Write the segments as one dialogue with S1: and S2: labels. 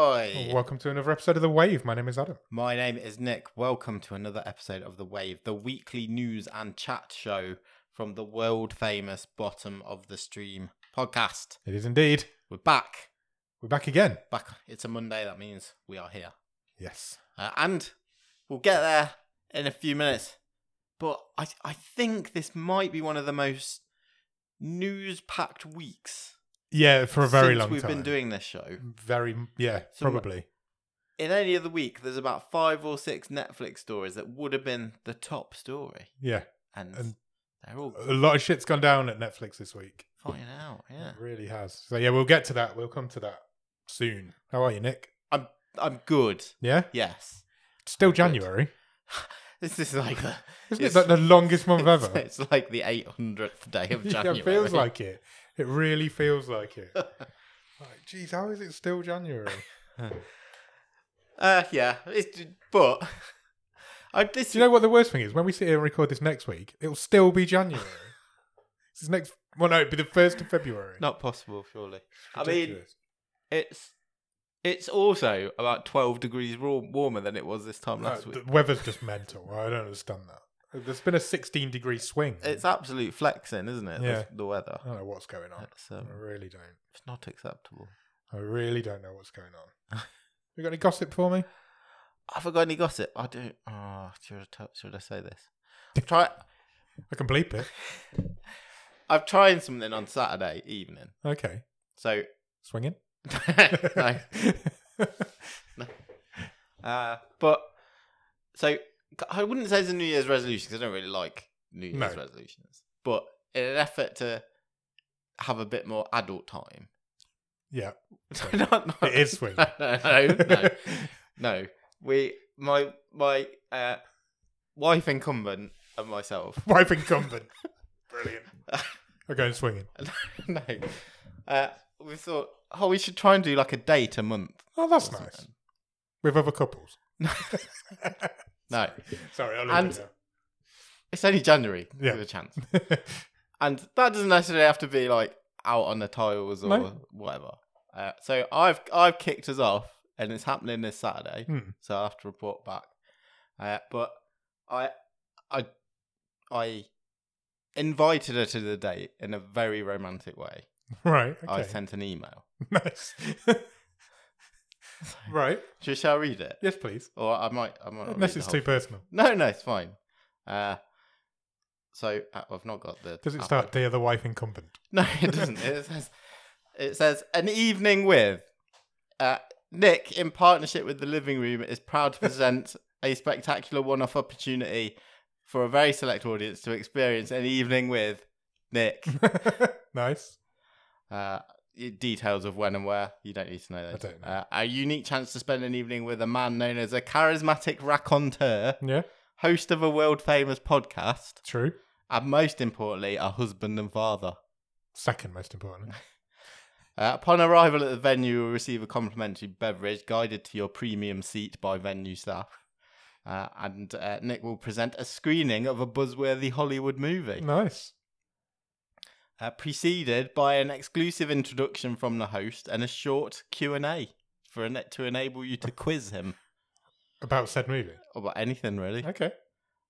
S1: Welcome to another episode of The Wave. My name is Adam.
S2: My name is Nick. Welcome to another episode of The Wave, the weekly news and chat show from the world famous Bottom of the Stream podcast.
S1: It is indeed.
S2: We're back.
S1: We're back again.
S2: Back. It's a Monday. That means we are here.
S1: Yes.
S2: Uh, and we'll get there in a few minutes. But I, I think this might be one of the most news packed weeks
S1: Yeah, for a very
S2: since
S1: long
S2: we've
S1: time.
S2: been doing this show.
S1: very yeah,
S2: So-
S1: probably.
S2: In any other week, there's about five or six Netflix stories that would have been the top story.
S1: Yeah.
S2: And,
S1: And- uh,
S2: they're all
S1: A lot of shit's gone down at Netflix this week.
S2: fine out, yeah.
S1: It really has. So yeah, we'll get to that. We'll come to that soon. How are you, Nick?
S2: I'm good.
S1: Yeah?
S2: Yes.
S1: Still
S2: good.
S1: January.
S2: This is like the
S1: Isn't
S2: It's-
S1: it like the longest month
S2: it's,
S1: ever?
S2: it's like the eight hundredth day of
S1: Yeah,
S2: January.
S1: it feels like it. It really feels like it. like, geez, how is it still January?
S2: uh yeah. It's but I this
S1: Do you know what the worst thing is? When we sit here and record this next week, it'll still be January. This is next. Well, no, it'd be the first of February.
S2: not possible, surely.
S1: It's
S2: I mean
S1: ridiculous.
S2: it's it's also about twelve degrees wa- warmer than it was this time
S1: No,
S2: um, last week.
S1: the weather's just mental. I don't understand that. There's been a 16 degree swing.
S2: It's absolute flexing, isn't it?
S1: Yeah.
S2: The, the weather.
S1: I don't know what's going on.
S2: It's, um,
S1: I really don't.
S2: it's not acceptable.
S1: I really don't know what's going on. you got any gossip for me?
S2: I forgot any gossip. I don't. Oh, should I, t- should I say this? I'm try.
S1: I can bleep it.
S2: I'm trying something on Saturday evening.
S1: Okay,
S2: So
S1: swinging.
S2: no. Uh, but so I wouldn't say it's a New Year's resolution because I don't really like New Year's
S1: No.
S2: resolutions. But in an effort to have a bit more adult time,
S1: yeah,
S2: Not- not-
S1: it is swinging.
S2: No, no, no, no. We, my, my uh, wife incumbent and myself.
S1: Wife incumbent. Brilliant. I'm going swinging.
S2: no, uh, we thought, oh, we should try and do like a date a month.
S1: Oh,
S2: or
S1: that's nice.
S2: something.
S1: With other couples.
S2: No,
S1: Sorry, I'll
S2: And-
S1: leave it
S2: it's only January.
S1: Yeah.
S2: Give it a chance.
S1: there.
S2: And that doesn't necessarily have to be like out on the tiles or
S1: No.
S2: whatever. Uh, so I've I've kicked us off, and it's happening this Saturday.
S1: Hmm.
S2: So I will have to report back. Uh, but I I I invited her to the date in a very romantic way.
S1: Right. Okay.
S2: I sent an email.
S1: Nice. right.
S2: Sh- Shall I read it?
S1: Yes, please.
S2: Or I might I might. not read
S1: Unless
S2: the
S1: it's
S2: whole
S1: too personal.
S2: No, no, it's fine. Uh, so uh, I've not got the.
S1: Does it
S2: app
S1: start dear the wife incumbent?
S2: No, it doesn't. it says it says an evening with uh, Nick in partnership with the Living Room is proud to present a spectacular one-off opportunity for a very select audience to experience an evening with Nick.
S1: nice.
S2: Uh, y- details of when and where you don't need to know those.
S1: don't know.
S2: Uh, a unique chance to spend an evening with a man known as a charismatic raconteur,
S1: Yeah.
S2: host of a world-famous podcast,
S1: True.
S2: and most importantly, a husband and father.
S1: Second most important.
S2: Uh, upon arrival at the venue, you will receive a complimentary beverage guided to your premium seat by venue staff. Uh, and uh, Nick will present a screening of a buzzworthy Hollywood movie,
S1: Nice.
S2: uh, preceded by an exclusive introduction from the host and a short Q and A for en- to enable you to quiz him
S1: About said movie.
S2: about anything really.
S1: Okay.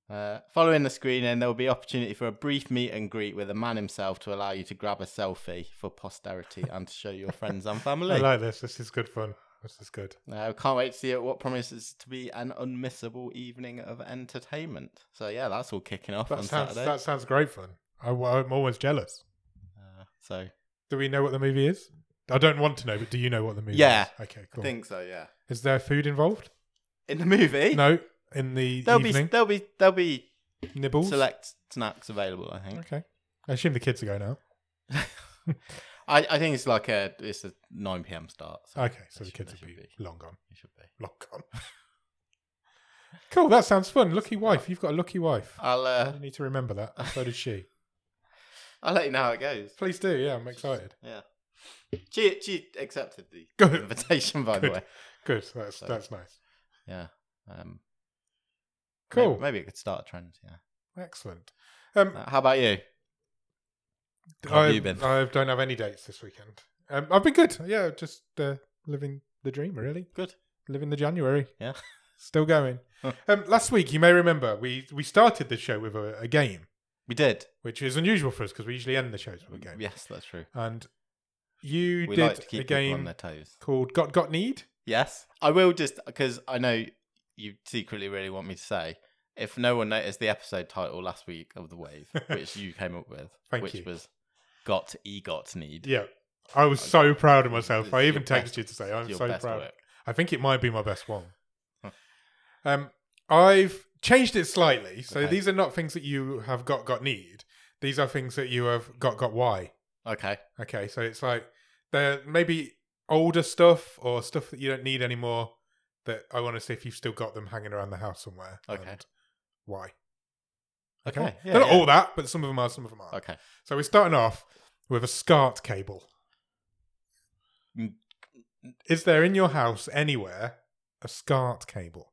S2: Uh, following the screening, there will be opportunity for a brief meet and greet with the man himself to allow you to grab a selfie for posterity and to show your friends and
S1: I
S2: family.
S1: like this. This is good fun. This is good.
S2: I can't wait to see it. What promises to be an unmissable evening of entertainment. So yeah, that's all kicking off
S1: That
S2: on
S1: sounds
S2: Saturday.
S1: that sounds great fun. I, am always jealous.
S2: Uh, so
S1: Do we know what the movie is? I don't want to know, but do you know what the movie
S2: Yeah.
S1: is? Okay, cool.
S2: I think so. Yeah.
S1: Is there food involved?
S2: In the movie,
S1: No. In the
S2: there'll
S1: evening?
S2: be there'll be there'll be
S1: Nibbles?
S2: select snacks available. I think.
S1: Okay. I assume the kids are going out.
S2: I, I think it's like a it's a nine p.m. start. So
S1: Okay, so
S2: they
S1: the
S2: should-
S1: kids
S2: they
S1: will be,
S2: should be-
S1: long gone.
S2: it should be.
S1: Long gone. cool, that sounds fun. Lucky wife. You've got a lucky wife.
S2: I'll uh,
S1: you need to remember that. and So does she.
S2: I'll let you know how it goes.
S1: Please do. Yeah, I'm excited.
S2: Yeah. She she accepted the
S1: Good.
S2: invitation by
S1: Good.
S2: the way.
S1: Good. That's
S2: So-
S1: that's nice.
S2: Yeah. Um.
S1: Cool.
S2: Maybe, maybe it could start a trend. Yeah.
S1: Excellent. Um,
S2: Uh, how about you? how have
S1: I,
S2: you been?
S1: I don't have any dates this weekend. Um, I've been good. Yeah, just uh, living the dream, really.
S2: Good.
S1: living the January.
S2: Yeah.
S1: Still going.
S2: Huh.
S1: um, last week, you may remember, we, we started the show with a, a game,
S2: We did.
S1: which is unusual for us because we usually end the shows with a game.
S2: Yes, that's true.
S1: And you
S2: Mm, we
S1: did
S2: like to
S1: a
S2: keep people on
S1: game
S2: their toes.
S1: called Got Got Need.
S2: Yes. I will just because I know you secretly really want me to say. If no one noticed the episode title last week of the wave, which you came up with,
S1: Thank
S2: which
S1: you.
S2: was "Got Egot Need."
S1: Yeah. I was so proud of myself.
S2: It's
S1: I even
S2: your best-
S1: texted you to say, I'm
S2: your
S1: so
S2: best
S1: proud.
S2: work.
S1: I think it might be my best one.
S2: Huh.
S1: um, I've changed it slightly. So
S2: Okay.
S1: these are not things that you have got got need. These are things that you have got got why.
S2: Okay.
S1: Okay, so it's like they're maybe older stuff or stuff that you don't need anymore. That I want to see if you've still got them hanging around the house somewhere.
S2: Okay.
S1: and why?
S2: Okay. yeah,
S1: they're not
S2: yeah.
S1: all that, but some of them are. Some of them aren't.
S2: Okay.
S1: So we're starting off with a SCART cable.
S2: Mm.
S1: Is there in your house anywhere a SCART cable?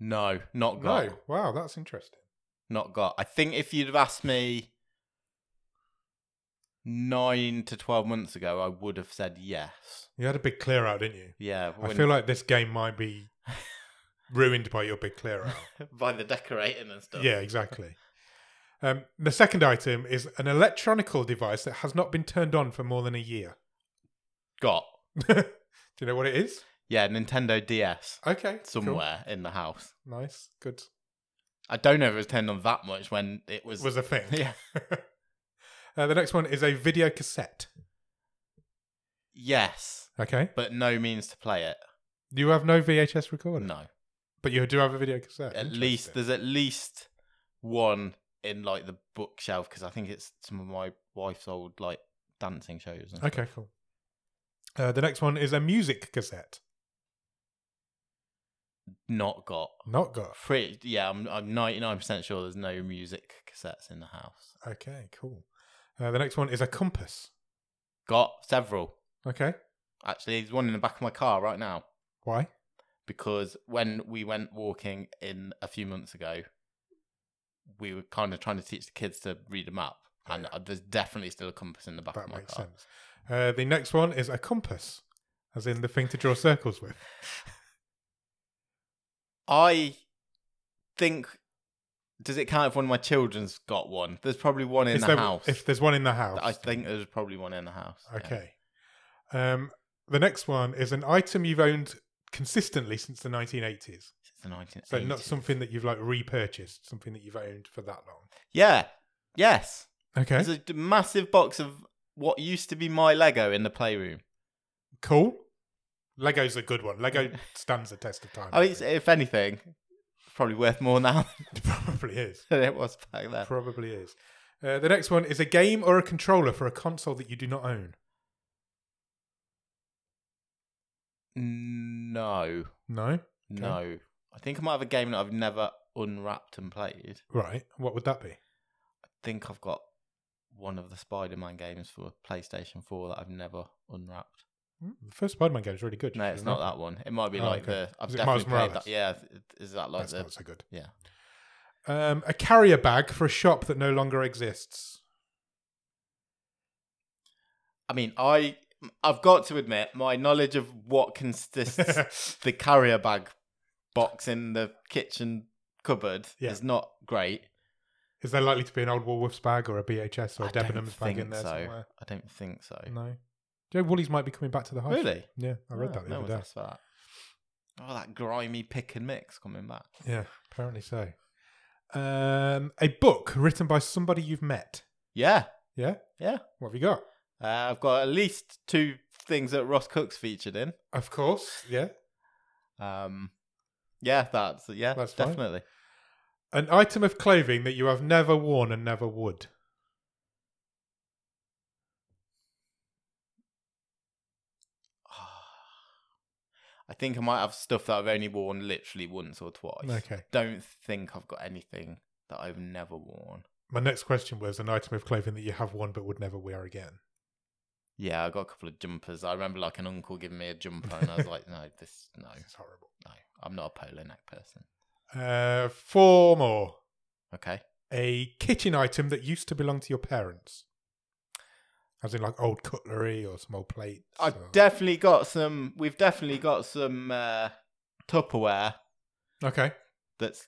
S2: No, not got.
S1: No. Wow, that's interesting.
S2: Not got. I think if you'd have asked me nine to twelve months ago, I would have said yes.
S1: You had a big clear out, didn't you?
S2: Yeah.
S1: I
S2: when-
S1: feel like this game might be ruined by your big clear out.
S2: by the decorating and stuff.
S1: Yeah, exactly. Um, the second item is an electronical device that has not been turned on for more than a year.
S2: Got.
S1: Do you know what it is?
S2: Yeah, Nintendo DS
S1: Okay. cool.
S2: somewhere in the house.
S1: Nice. Good.
S2: I don't know if it was turned on that much when it was.
S1: Was a thing.
S2: yeah.
S1: Uh, the next one is a video cassette.
S2: Yes,
S1: Okay.
S2: but no means to play it.
S1: You have no VHS recorder,
S2: No.
S1: but you do have a video cassette.
S2: At least
S1: Interesting.
S2: there's at least one in like the bookshelf because I think it's some of my wife's old like dancing shows. and-
S1: Okay, cool. Uh, the next one is a music cassette.
S2: Not got.
S1: Not got.
S2: Pretty, yeah, I'm I'm 99% sure there's no music cassettes in the house.
S1: Okay, cool. Uh, the next one is a compass.
S2: Got several.
S1: Okay.
S2: Actually, there's one in the back of my car right now.
S1: Why?
S2: because when we went walking in a few months ago, we were kind of trying to teach the kids to read a map, and
S1: Yeah.
S2: uh there's definitely still a compass in the back
S1: That
S2: of my
S1: makes
S2: car.
S1: sense. Uh, the next one is a compass, as in the thing to draw circles with.
S2: I think does it count if one of my children's got one? There's probably one in
S1: Is
S2: the
S1: there-
S2: house.
S1: If there's one in the house.
S2: I think there's probably one in the house. yeah.
S1: Okay. Um, the next one is an item you've owned consistently since the 1980s.
S2: It's the 1980s.
S1: So not something that you've like repurchased, something that you've owned for that long.
S2: Yeah. Yes.
S1: Okay.
S2: There's a d- massive box of what used to be my Lego in the playroom.
S1: Cool. Lego's a good one. Lego stands the test of time.
S2: I
S1: I
S2: mean, Oh, it's-
S1: think.
S2: if anything, it's probably worth more now
S1: it probably is.
S2: than it was back then.
S1: Probably is. Uh, the next one is a game or a controller for a console that you do not own.
S2: No,
S1: No.
S2: no. I think I might have a game that I've never unwrapped and played.
S1: Right. What would that be?
S2: I think I've got one of the Spider-Man games for PlayStation 4 that I've never unwrapped.
S1: Hmm, The first Spider-Man game is really good.
S2: No, it's not that one. It might be
S1: Oh,
S2: like
S1: okay.
S2: the. I've
S1: Is it Miles
S2: definitely played
S1: Morales?
S2: that. Yeah, is that like
S1: That's
S2: the?
S1: not so good.
S2: Yeah.
S1: Um, a carrier bag for a shop that no longer exists.
S2: I mean, I I've got to admit my knowledge of what consists the carrier bag box in the kitchen cupboard
S1: Yeah.
S2: is not great.
S1: Is there likely to be an old Woolworths bag or a BHS or a
S2: I don't
S1: Debenhams bag in
S2: think
S1: there
S2: so.
S1: somewhere?
S2: I don't think so.
S1: No. Joe Woolies might be coming back to the high school.
S2: Really?
S1: Yeah, I read
S2: Oh,
S1: that the
S2: no
S1: other
S2: one's
S1: day.
S2: asked for that. Oh, that grimy pick and mix coming back.
S1: Yeah, apparently so. Um, a book written by somebody you've met.
S2: Yeah,
S1: Yeah?
S2: Yeah.
S1: What have you got?
S2: uh, I've got at least two things that Ross Cook's featured in.
S1: Of course, yeah.
S2: Um, yeah, that's yeah,
S1: That's fine.
S2: definitely.
S1: An item of clothing that you have never worn and never would.
S2: I think I might have stuff that I've only worn literally once or twice.
S1: Okay.
S2: Don't think I've got anything that I've never worn.
S1: My next question was an item of clothing that you have worn but would never wear again.
S2: Yeah, I got a couple of jumpers. I remember like an uncle giving me a jumper, and I was like, no, this no,
S1: It's horrible.
S2: no, I'm not a polo neck person.
S1: Uh, four more.
S2: Okay.
S1: A kitchen item that used to belong to your parents. As in like old cutlery or some old plates.
S2: I've
S1: or-
S2: definitely got some. We've definitely got some uh, Tupperware
S1: Okay.
S2: that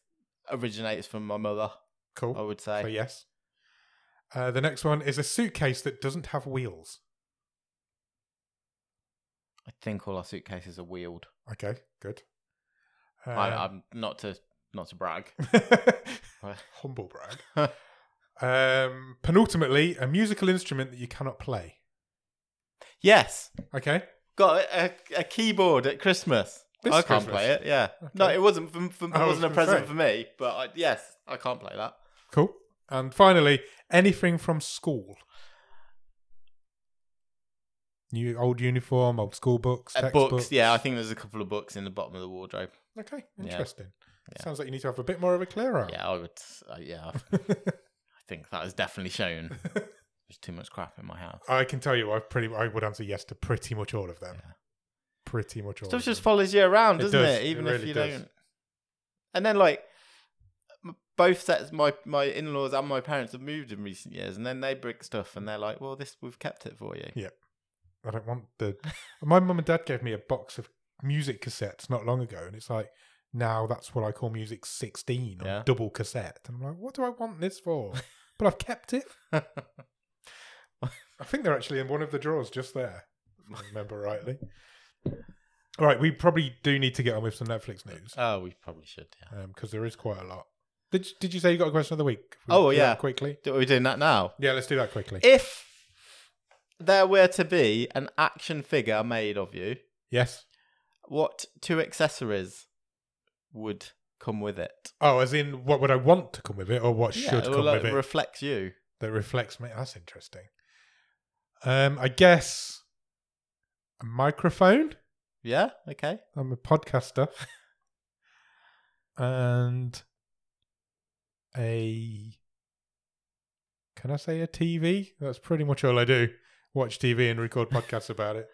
S2: originates from my mother.
S1: Cool.
S2: I would
S1: So
S2: say
S1: yes. Uh, the next one is a suitcase that doesn't have wheels.
S2: I think all our suitcases are wheeled.
S1: Okay, good. Uh,
S2: I, I'm not to not to brag.
S1: humble brag. um, penultimately, a musical instrument that you cannot play.
S2: Yes,
S1: Okay.
S2: got a, a keyboard at Christmas.
S1: This
S2: I can't
S1: Christmas?
S2: play it. Yeah, no,
S1: Okay.
S2: it wasn't for, for,
S1: I
S2: it
S1: was
S2: wasn't
S1: gonna
S2: a present
S1: say.
S2: for me. But I, yes, I can't play that.
S1: Cool. And finally, anything from school. New old uniform, old school books,
S2: Uh,
S1: textbooks.
S2: books, yeah, I think there's a couple of books in the bottom of the wardrobe.
S1: Okay,
S2: Yeah.
S1: interesting.
S2: Yeah.
S1: Sounds like you need to have a bit more of a clear out.
S2: Yeah, I would. Uh, yeah, I I think that is definitely shown. There's too much crap in my house.
S1: I can tell you, I pretty, I would answer yes to pretty much all of them. Pretty much all.
S2: Stuff
S1: of
S2: just
S1: them.
S2: follows you around,
S1: It
S2: doesn't
S1: does,
S2: it?
S1: it
S2: Even if
S1: really
S2: you
S1: does.
S2: don't. And then like m- both sets, my my in-laws and my parents have moved in recent years, and then they bring stuff, and they're like, "Well, this we've kept it for you."
S1: Yeah. I don't want the. My mum and dad gave me a box of music cassettes not long ago, and it's like now that's what I call music sixteen on
S2: Yeah.
S1: double cassette, and I'm like, what do I want this for? but I've kept it. I think they're actually in one of the drawers just there, if I remember rightly. All right, we probably do need to get on with some Netflix news
S2: Oh, we probably should. Yeah.
S1: because there is quite a lot. Did you, Did you say you got a question of the week? If we
S2: Oh,
S1: do that
S2: yeah.
S1: quickly.
S2: Do- Are we doing that now?
S1: Yeah, let's do that quickly.
S2: If there were to be an action figure made of you,
S1: yes.
S2: what two accessories would come with it?
S1: Oh, as in, what would I want to come with it, or what should
S2: it
S1: come
S2: like,
S1: with it?
S2: reflects you.
S1: that reflects me. That's interesting. Um, I guess a microphone.
S2: Yeah. Okay.
S1: I'm a podcaster, and a can I say a TV? That's pretty much all I do. Watch TV and record podcasts about it.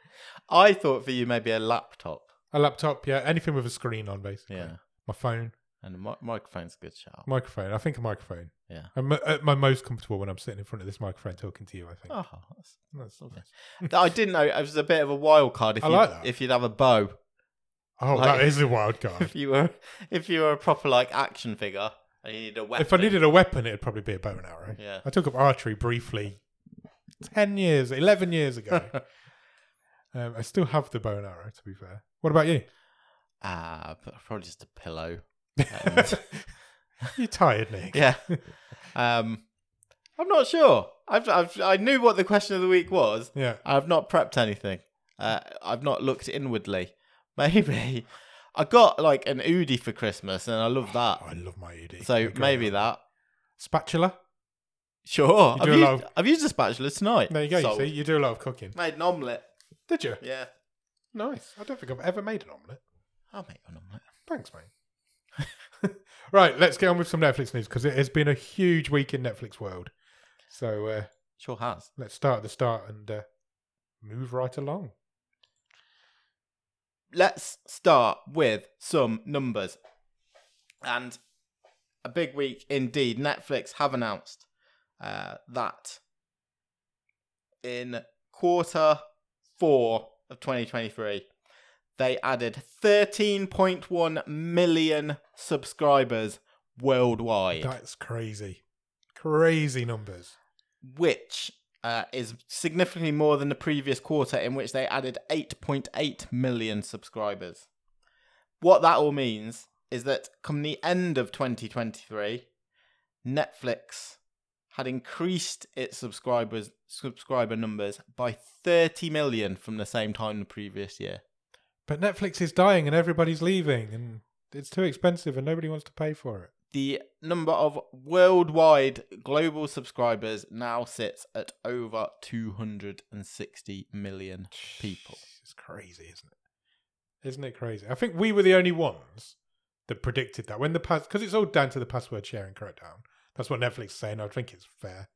S2: I thought for you maybe a laptop.
S1: A laptop, yeah, anything with a screen on, basically.
S2: Yeah.
S1: My phone,
S2: And a mi- microphone's a good shout.
S1: microphone. I think a microphone.
S2: Yeah.
S1: I'm uh, at my most comfortable when I'm sitting in front of this microphone talking to you. I think.
S2: Oh, that's-
S1: That's
S2: Okay.
S1: nice.
S2: that I didn't know. It was a bit of a wild card. If
S1: I
S2: you
S1: like that.
S2: if you'd have a bow,
S1: Oh,
S2: Like-
S1: that is a wild card.
S2: if you were if you were a proper like action figure, and you need a weapon.
S1: If I needed a weapon, it'd probably be a bow and arrow.
S2: Yeah.
S1: I took up archery briefly 10 years, 11 years ago. um, I still have the bow and arrow, to be fair. What about you?
S2: Ah, but probably just a pillow. Um,
S1: You're tired, Nick.
S2: Yeah. um, I'm not sure. I've, I've I knew what the question of the week was.
S1: Yeah.
S2: I've not prepped anything. Uh, I've not looked inwardly. Maybe I got like an Udi for Christmas, and I love
S1: Oh,
S2: that.
S1: I love my UD.
S2: So maybe that.
S1: Spatula?
S2: Sure.
S1: You
S2: I've
S1: do a lot
S2: used, I've used a spatula tonight.
S1: There you go.
S2: Sold.
S1: You see, you do a lot of cooking.
S2: Made an omelette.
S1: Did you?
S2: Yeah.
S1: Nice. I don't think I've ever made an omelette.
S2: I'll make an omelette.
S1: Thanks, mate. right, let's get on with some Netflix news because it has been a huge week in Netflix world. So uh,
S2: Sure has.
S1: let's start at the start and uh, move right along.
S2: Let's start with some numbers. And a big week indeed. Netflix have announced uh, that in quarter four of 2023, they added 13.1 million subscribers worldwide.
S1: That's crazy. Crazy numbers.
S2: which uh, is significantly more than the previous quarter, in which they added 8.8 million subscribers. What that all means is that come the end of 2023, Netflix had increased its subscribers subscriber numbers by 30 million from the same time the previous year.
S1: But Netflix is dying and everybody's leaving and it's too expensive and nobody wants to pay for it.
S2: The number of worldwide global subscribers now sits at over 260 million people.
S1: It's crazy, isn't it? Isn't it crazy? I think we were the only ones that predicted that when the pass because it's all down to the password sharing crackdown. That's what Netflix is saying. I think it's fair.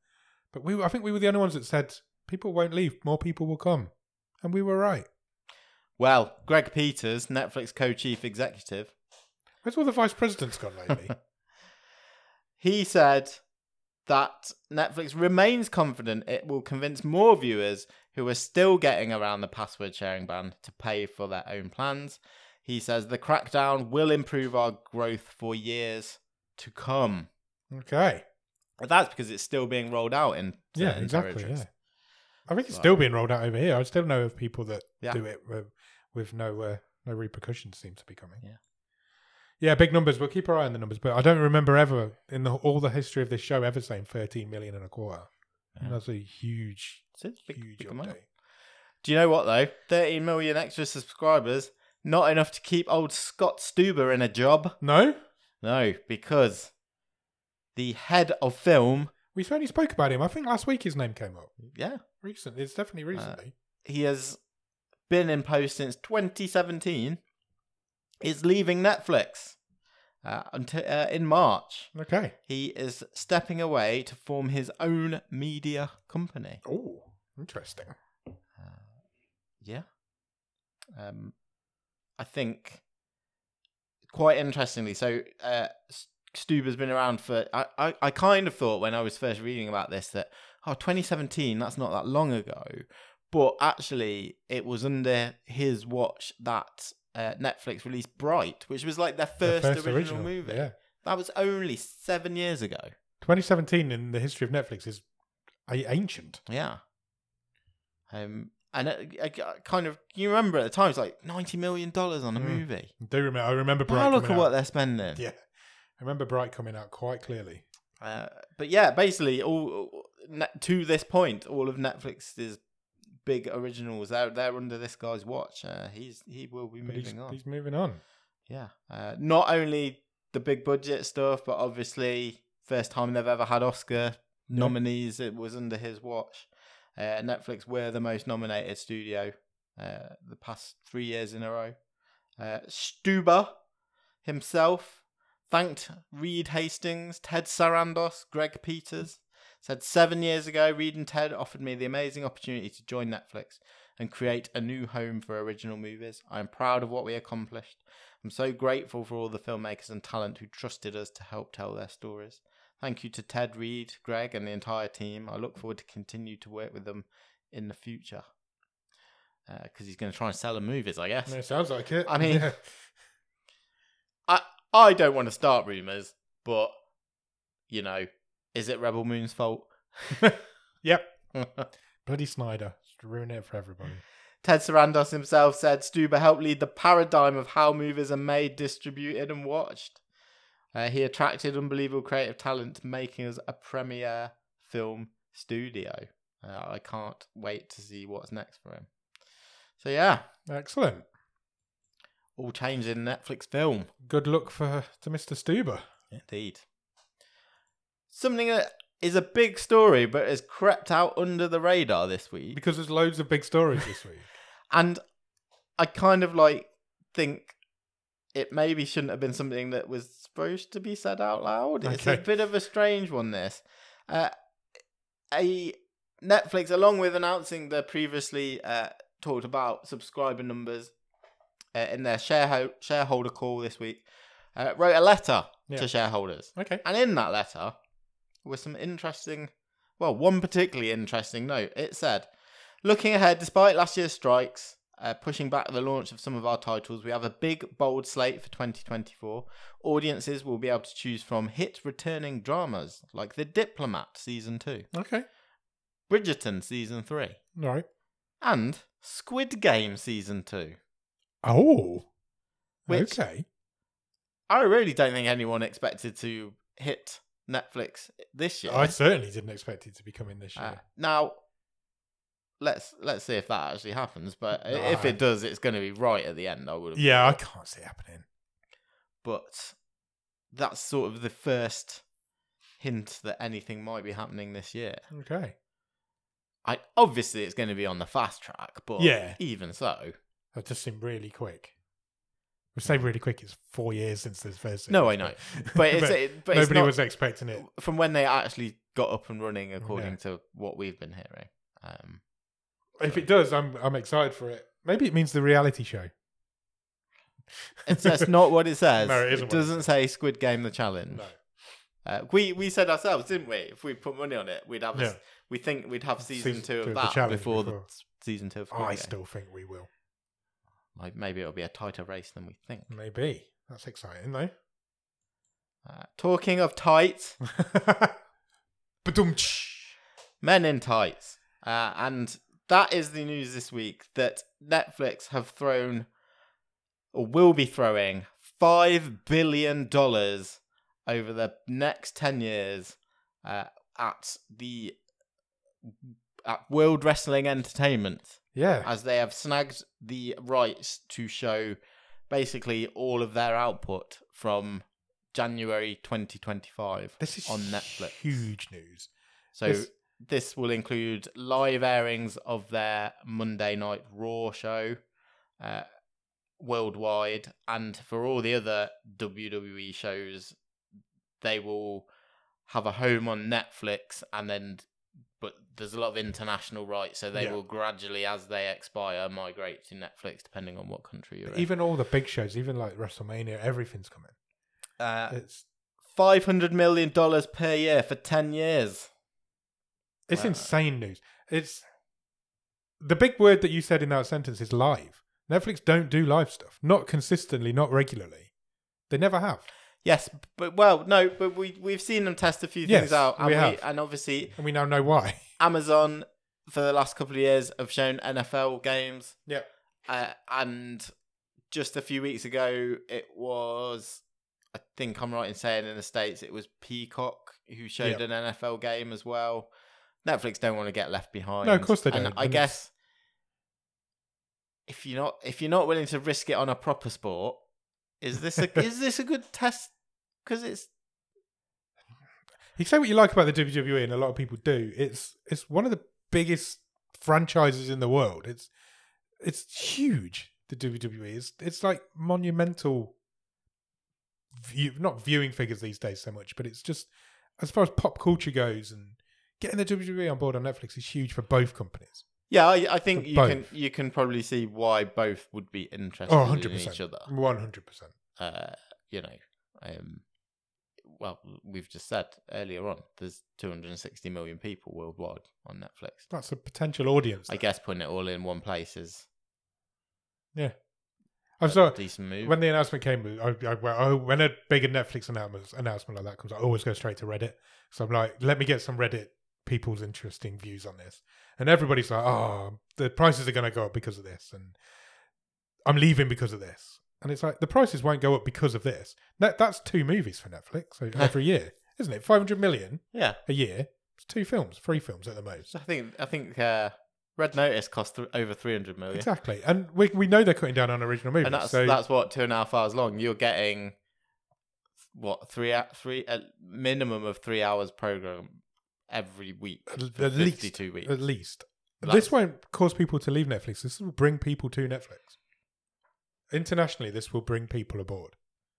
S1: But we, I think we were the only ones that said people won't leave, more people will come, and we were right.
S2: Well, Greg Peters, Netflix co chief executive,
S1: Where's all the vice presidents gone lately?
S2: he said that Netflix remains confident it will convince more viewers who are still getting around the password sharing ban to pay for their own plans. He says the crackdown will improve our growth for years to come.
S1: Okay.
S2: But that's because it's still being rolled out in
S1: Yeah,
S2: certain
S1: exactly.
S2: territories.
S1: Yeah. I think it's
S2: Right.
S1: still being rolled out over here. I still know of people that
S2: Yeah.
S1: do it with, with no uh, no repercussions seem to be coming.
S2: Yeah.
S1: Yeah, big numbers. We'll keep our eye on the numbers, but I don't remember ever in the, all the history of this show ever saying 13 million and a quarter.
S2: Yeah.
S1: That's a huge,
S2: So it's a big-
S1: huge
S2: big amount.
S1: update.
S2: Do you know what though? 13 million extra subscribers, not enough to keep old Scott Stuber in a job.
S1: No,
S2: No, because the head of film,
S1: we certainly spoke about him. I think last week his name came up.
S2: yeah,
S1: Recent, it's definitely
S2: Uh,
S1: recently.
S2: he has been in post since 2017, is leaving Netflix uh, until uh, in March.
S1: okay.
S2: He is stepping away to form his own media company.
S1: Oh, interesting.
S2: Uh, Yeah. Um, I think quite interestingly. So uh, S- Stuber's been around for. I, I, I kind of thought when I was first reading about this that oh, 2017, that's not that long ago. But actually, it was under his watch that uh, Netflix released Bright, which was like their
S1: The
S2: first, original, movie.
S1: Yeah.
S2: That was only seven years ago.
S1: 2017 in the history of Netflix is a- ancient.
S2: Yeah. Um, and it, it, it kind of you remember at the time it's like ninety million dollars on a
S1: Mm.
S2: movie.
S1: I do remember? I remember Bright.
S2: Now look
S1: coming out.
S2: at what they're spending.
S1: Yeah, I remember Bright coming out quite clearly.
S2: Uh, but yeah, basically, all ne- to this point, all of Netflix's big originals they're, they're under this guy's watch. Uh, he's he will be
S1: But
S2: moving
S1: he's,
S2: on.
S1: he's moving on.
S2: Yeah, uh, not only the big budget stuff, but obviously first time they've ever had Oscar nominees. It was under his watch. Uh, Netflix were the most nominated studio uh, the past three years in a row. Uh, Stuber himself thanked Reed Hastings, Ted Sarandos, Greg Peters. Said seven years ago, Reed and Ted offered me the amazing opportunity to join Netflix and create a new home for original movies. I am proud of what we accomplished. I'm so grateful for all the filmmakers and talent who trusted us to help tell their stories. Thank you to Ted Reed, Greg, and the entire team. I look forward to continue to work with them in the future. Because he's going to try and sell them movies, I guess.
S1: Yeah, it sounds like it.
S2: I mean-
S1: Yeah.
S2: I don't want to start rumors, but you know, is it Rebel Moon's fault?
S1: yep. Bloody Snyder, just ruining it for everybody.
S2: Ted Sarandos himself said Stuber helped lead the paradigm of how movies are made, distributed, and watched. Uh, he attracted unbelievable creative talent, making us a premier film studio. Uh, I can't wait to see what's next for him. So yeah,
S1: Excellent.
S2: all changed in Netflix film.
S1: Good luck for to Mr. Stuber.
S2: Indeed. Something that is a big story but has crept out under the radar this week.
S1: Because there's loads of big stories this week.
S2: And I kind of like think it maybe shouldn't have been something that was supposed to be said out loud. It's a
S1: Okay.
S2: bit of a strange one, this. Uh, a Netflix, along with announcing the previously uh, talked about subscriber numbers uh, in their shareho- shareholder call this week, uh, wrote a letter
S1: Yeah.
S2: to shareholders.
S1: Okay.
S2: And in that letter were some interesting, well, one particularly interesting note. It said, Looking ahead, despite last year's strikes, uh, pushing back the launch of some of our titles, we have a big, bold slate for 2024. Audiences will be able to choose from hit returning dramas like The Diplomat Season 2,
S1: Okay.
S2: Bridgerton Season 3,
S1: All right.
S2: and Squid Game Season 2.
S1: Oh.
S2: Which-
S1: okay.
S2: I really don't think anyone expected to hit Netflix this year.
S1: I certainly didn't expect it to be coming this year.
S2: Uh, now, let's let's see if that actually happens. But i- if
S1: No.
S2: it does, it's going to be right at the end. I would have.
S1: yeah, I can't see it happening.
S2: But that's sort of the first hint that anything might be happening this year.
S1: Okay.
S2: I obviously it's going to be on the fast track, but
S1: Yeah.
S2: even so,
S1: That just seemed really quick. We say really quick, it's four years since this first
S2: No, I
S1: series,
S2: know. but it's it, but it's
S1: nobody
S2: not,
S1: was expecting it.
S2: from when they actually got up and running, according to what we've been hearing. Um,
S1: If it does, I'm I'm excited for it. Maybe it means the reality show.
S2: it's that's not what it says.
S1: No, it
S2: it
S1: isn't what it
S2: doesn't say Squid Game the challenge.
S1: No.
S2: Uh, we we said ourselves, didn't we? If we put money on it, we'd have. a s-
S1: Yeah.
S2: we think we'd have season,
S1: Season
S2: two
S1: two
S2: of
S1: of the
S2: that
S1: challenge
S2: before, the
S1: before.
S2: season two. Of
S1: I
S2: Squid Game.
S1: still think we will.
S2: Like, Maybe it'll be a tighter race than we think.
S1: Mm. Maybe. That's exciting, though.
S2: Uh, talking of tight,
S1: Badumch.
S2: men in tights. Uh, and that is the news this week that Netflix have thrown or will be throwing $5 billion over the next 10 years uh, at the at World Wrestling Entertainment.
S1: Yeah.
S2: as they have snagged the rights to show basically all of their output from January 2025
S1: This is
S2: on Netflix.
S1: huge news.
S2: So
S1: This-
S2: this will include live airings of their Monday Night Raw show uh, worldwide, and for all the other WWE shows, they will have a home on Netflix, and then but there's a lot of international rights, so they
S1: Yeah.
S2: will gradually, as they expire, migrate to Netflix, depending on what country you're in.
S1: Even all the big shows, even like WrestleMania, everything's coming.
S2: Uh,
S1: It's
S2: Five hundred million dollars per year for ten years.
S1: it's
S2: Wow.
S1: insane news. It's the big word that you said in that sentence is live. Netflix don't do live stuff, not consistently, not regularly. They never have.
S2: Yes, but well, no, but we we've seen them test a few
S1: Yes,
S2: things out, and
S1: we have.
S2: and obviously
S1: And we now know why.
S2: Amazon for the last couple of years have shown NFL games,
S1: Yep.
S2: uh, and just a few weeks ago it was, I think I'm right in saying in the states it was Peacock who showed
S1: Yep.
S2: an NFL game as well. Netflix don't want to get left behind.
S1: No, of course they
S2: And
S1: don't,
S2: I
S1: and
S2: guess if you're not if you're not willing to risk it on a proper sport, is this a, is this a good test? Because it's
S1: You say what you like about the WWE, and a lot of people do. It's it's one of the biggest franchises in the world. It's it's huge. The WWE is it's like monumental. View, not viewing figures these days so much, but it's just as far as pop culture goes, and getting the WWE on board on Netflix is huge for both companies.
S2: Yeah, I, I think
S1: For
S2: you
S1: both.
S2: can you can probably see why both would be interested
S1: Oh,
S2: in
S1: 100%.
S2: each other.
S1: One hundred percent.
S2: Uh, you know, um, well, we've just said earlier on there's 260 million people worldwide on Netflix.
S1: That's a potential audience.
S2: I guess putting it all in one place is
S1: I'm
S2: a
S1: sorry.
S2: decent move.
S1: When the announcement came, I, I, well, oh, when a big Netflix announcement, announcement like that comes, I always go straight to Reddit. So I'm like, let me get some Reddit people's interesting views on this. And everybody's like, oh, the prices are going to go up because of this. And I'm leaving because of this. And it's like, the prices won't go up because of this. That, that's two movies for Netflix so every year, isn't it? 500 million
S2: yeah,
S1: a year. It's two films, three films at the most.
S2: so I think I think uh, Red Notice cost th- over 300 million,
S1: Exactly. And we, we know they're cutting down on original movies.
S2: and that's
S1: so
S2: that's what two and a half hours long. You're getting what three hou- three a minimum of three hours program every week
S1: At
S2: for
S1: least-
S2: 52 weeks.
S1: at least.
S2: That's-
S1: This won't cause people to leave Netflix. This will bring people to Netflix. Internationally, this will bring people aboard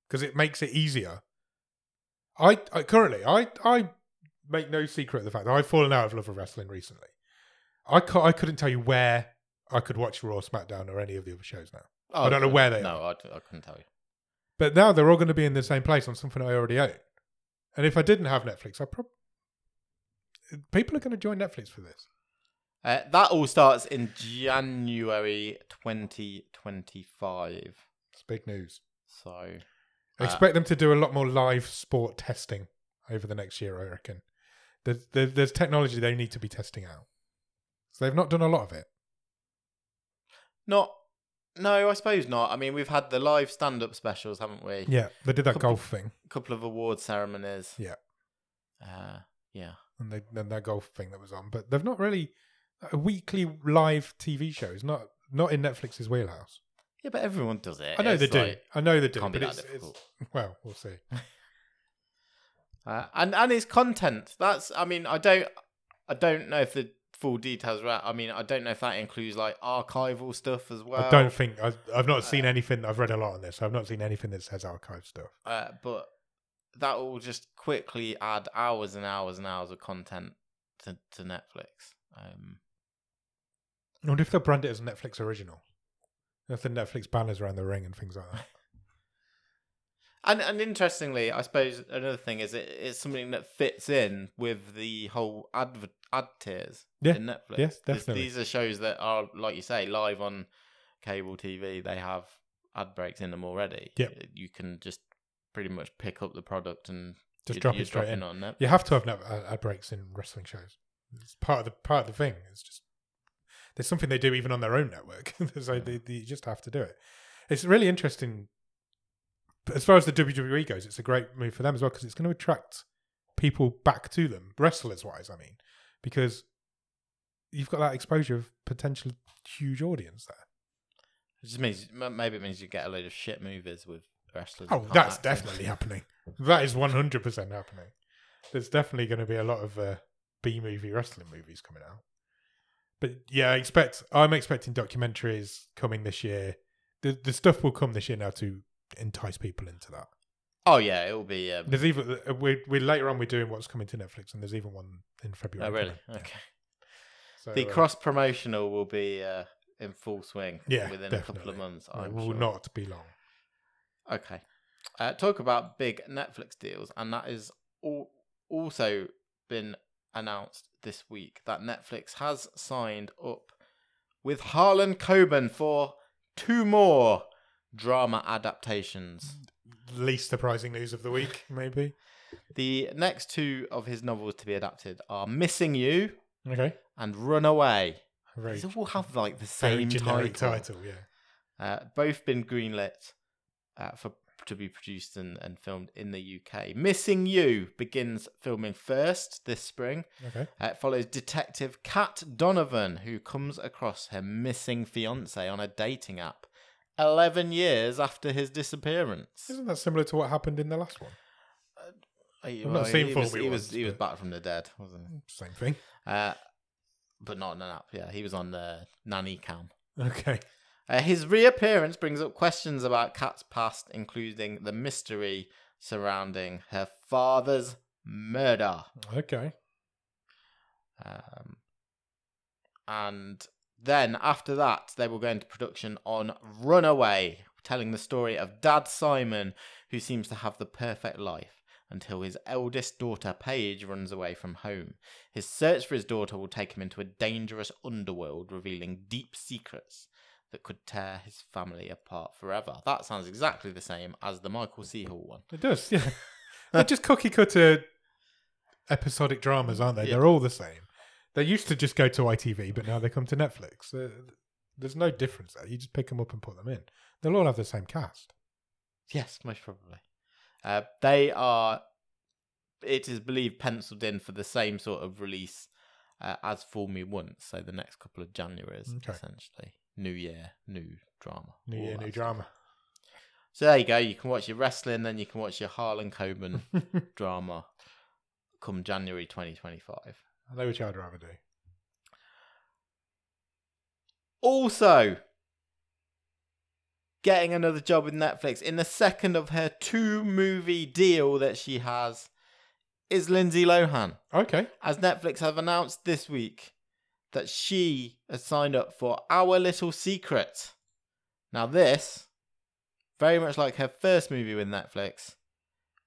S1: because it makes it easier. I, I currently, I, I make no secret of the fact that I've fallen out of love with wrestling recently. I, cou- I couldn't tell you where I could watch Raw, SmackDown, or any of the other shows now.
S2: Oh,
S1: I don't know where they
S2: No, I, d- I couldn't tell you.
S1: But now they're all going to be in the same place on something I already own. And if I didn't have Netflix, I probably people are going to join Netflix for this.
S2: Uh, that all starts in January 2025.
S1: It's big news.
S2: So
S1: I
S2: Uh,
S1: expect them to do a lot more live sport testing over the next year, I reckon. There's, there- there's technology they need to be testing out. So they've not done a lot of it.
S2: not. No, I suppose not. I mean, we've had the live stand-up specials, haven't we?
S1: Yeah, they did that
S2: Couple-
S1: golf thing
S2: A couple of award ceremonies.
S1: Yeah.
S2: Uh, yeah.
S1: and they, then that golf thing that was on, but they've not really a weekly live TV show is not not in Netflix's wheelhouse.
S2: Yeah, but everyone does it.
S1: I know they
S2: It's
S1: do.
S2: like-
S1: I know they do.
S2: can't be
S1: But
S2: that
S1: it's, it's
S2: difficult.
S1: well, we'll see.
S2: Uh, and and it's content. That's. I mean, I don't. I don't know if the full details are out. I mean, I don't know if that includes like archival stuff as well.
S1: I don't think I've, I've not seen anything. I've read a lot on this. I've not seen anything that says archive stuff.
S2: uh, but that will just quickly add hours and hours and hours of content to, to Netflix. Um,
S1: I wonder if they'll brand it as Netflix original. If the Netflix banners around the ring and things like that.
S2: and and interestingly, I suppose another thing is it, it's something that fits in with the whole adver- ad tiers
S1: Yeah,
S2: in Netflix.
S1: yes,
S2: 'Cause
S1: definitely.
S2: These are shows that are, like you say, live on cable TV, they have ad breaks in them already.
S1: Yep.
S2: You can just pretty much pick up the product and
S1: Just
S2: you-
S1: drop
S2: you're
S1: it straight
S2: dropping
S1: in.
S2: on them.
S1: You have to have no- uh, ad ad breaks in wrestling shows. It's part of the part of the thing. It's just there's something they do even on their own network, so they, they you just have to do it. It's really interesting. But as far as the WWE goes, it's a great move for them as well because it's going to attract people back to them, wrestlers wise. I mean, because you've got that exposure of potential huge audience there.
S2: It just means m- maybe it means you get a load of shit movies with wrestlers. who
S1: Oh,
S2: can't
S1: that's
S2: act in.
S1: definitely happening. That is 100% happening. There's definitely going to be a lot of uh, B movie wrestling movies coming out. But yeah, I expect I'm expecting documentaries coming this year. The the stuff will come this year now to entice people into that.
S2: Oh yeah, it will be. Um,
S1: There's even uh, we're, we're later on we're doing what's coming to Netflix, and there's even one in February.
S2: oh really?
S1: coming. Yeah.
S2: Okay.
S1: So,
S2: The
S1: uh,
S2: cross promotional will be uh, in full swing.
S1: Yeah,
S2: within a couple of
S1: definitely.
S2: months.
S1: it
S2: I'm
S1: will
S2: sure.
S1: not be long.
S2: Okay. Uh, talk about big Netflix deals, and that is all, also been announced this week that Netflix has signed up with Harlan Coben for two more drama adaptations.
S1: Least surprising news of the week, maybe.
S2: The next two of his novels to be adapted are Missing You
S1: Okay,
S2: and Runaway.
S1: very,
S2: These all have like the
S1: very
S2: same
S1: generic
S2: title.
S1: title. Yeah,
S2: Uh, both been greenlit uh, for to be produced and, and filmed in the UK. Missing You begins filming first this spring.
S1: okay.
S2: Uh, it follows Detective Kat Donovan, who comes across her missing fiance on a dating app 11 years after his disappearance.
S1: Isn't that similar to what happened in the last one?
S2: He-
S1: I've not seen
S2: he
S1: Full
S2: was,
S1: Me
S2: he, was,
S1: once,
S2: he was
S1: but-
S2: back from the dead, wasn't he?
S1: Same thing.
S2: Uh, but not on an app, yeah. He was on the nanny cam.
S1: Okay.
S2: Uh, his reappearance brings up questions about Kat's past, including the mystery surrounding her father's murder.
S1: Okay.
S2: Um, and then after that, they will go into production on Runaway, telling the story of Dad Simon, who seems to have the perfect life until his eldest daughter, Paige, runs away from home. His search for his daughter will take him into a dangerous underworld, revealing deep secrets that could tear his family apart forever. That sounds exactly the same as the Michael C. Hall one.
S1: It does, yeah. They're just cookie cutter episodic dramas, aren't they? They're all the same. They used to just go to ITV, but now they come to Netflix. Uh, there's no difference there. You just pick them up and put them in. They'll all have the same cast.
S2: Yes, most probably. Uh, they are, it is believed, penciled in for the same sort of release uh, as Fool Me Once, so the next couple of Januaries,
S1: Okay.
S2: essentially. New year, new drama.
S1: New
S2: all
S1: year,
S2: that
S1: new
S2: stuff.
S1: drama.
S2: So there you go. You can watch your wrestling, then you can watch your Harlan Coben drama come January 2025.
S1: I know which I'd rather do.
S2: Also, getting another job with Netflix in the second of her two movie deal that she has is Lindsay Lohan.
S1: Okay.
S2: As Netflix have announced this week that she has signed up for Our Little Secret. Now, this, very much like her first movie with Netflix,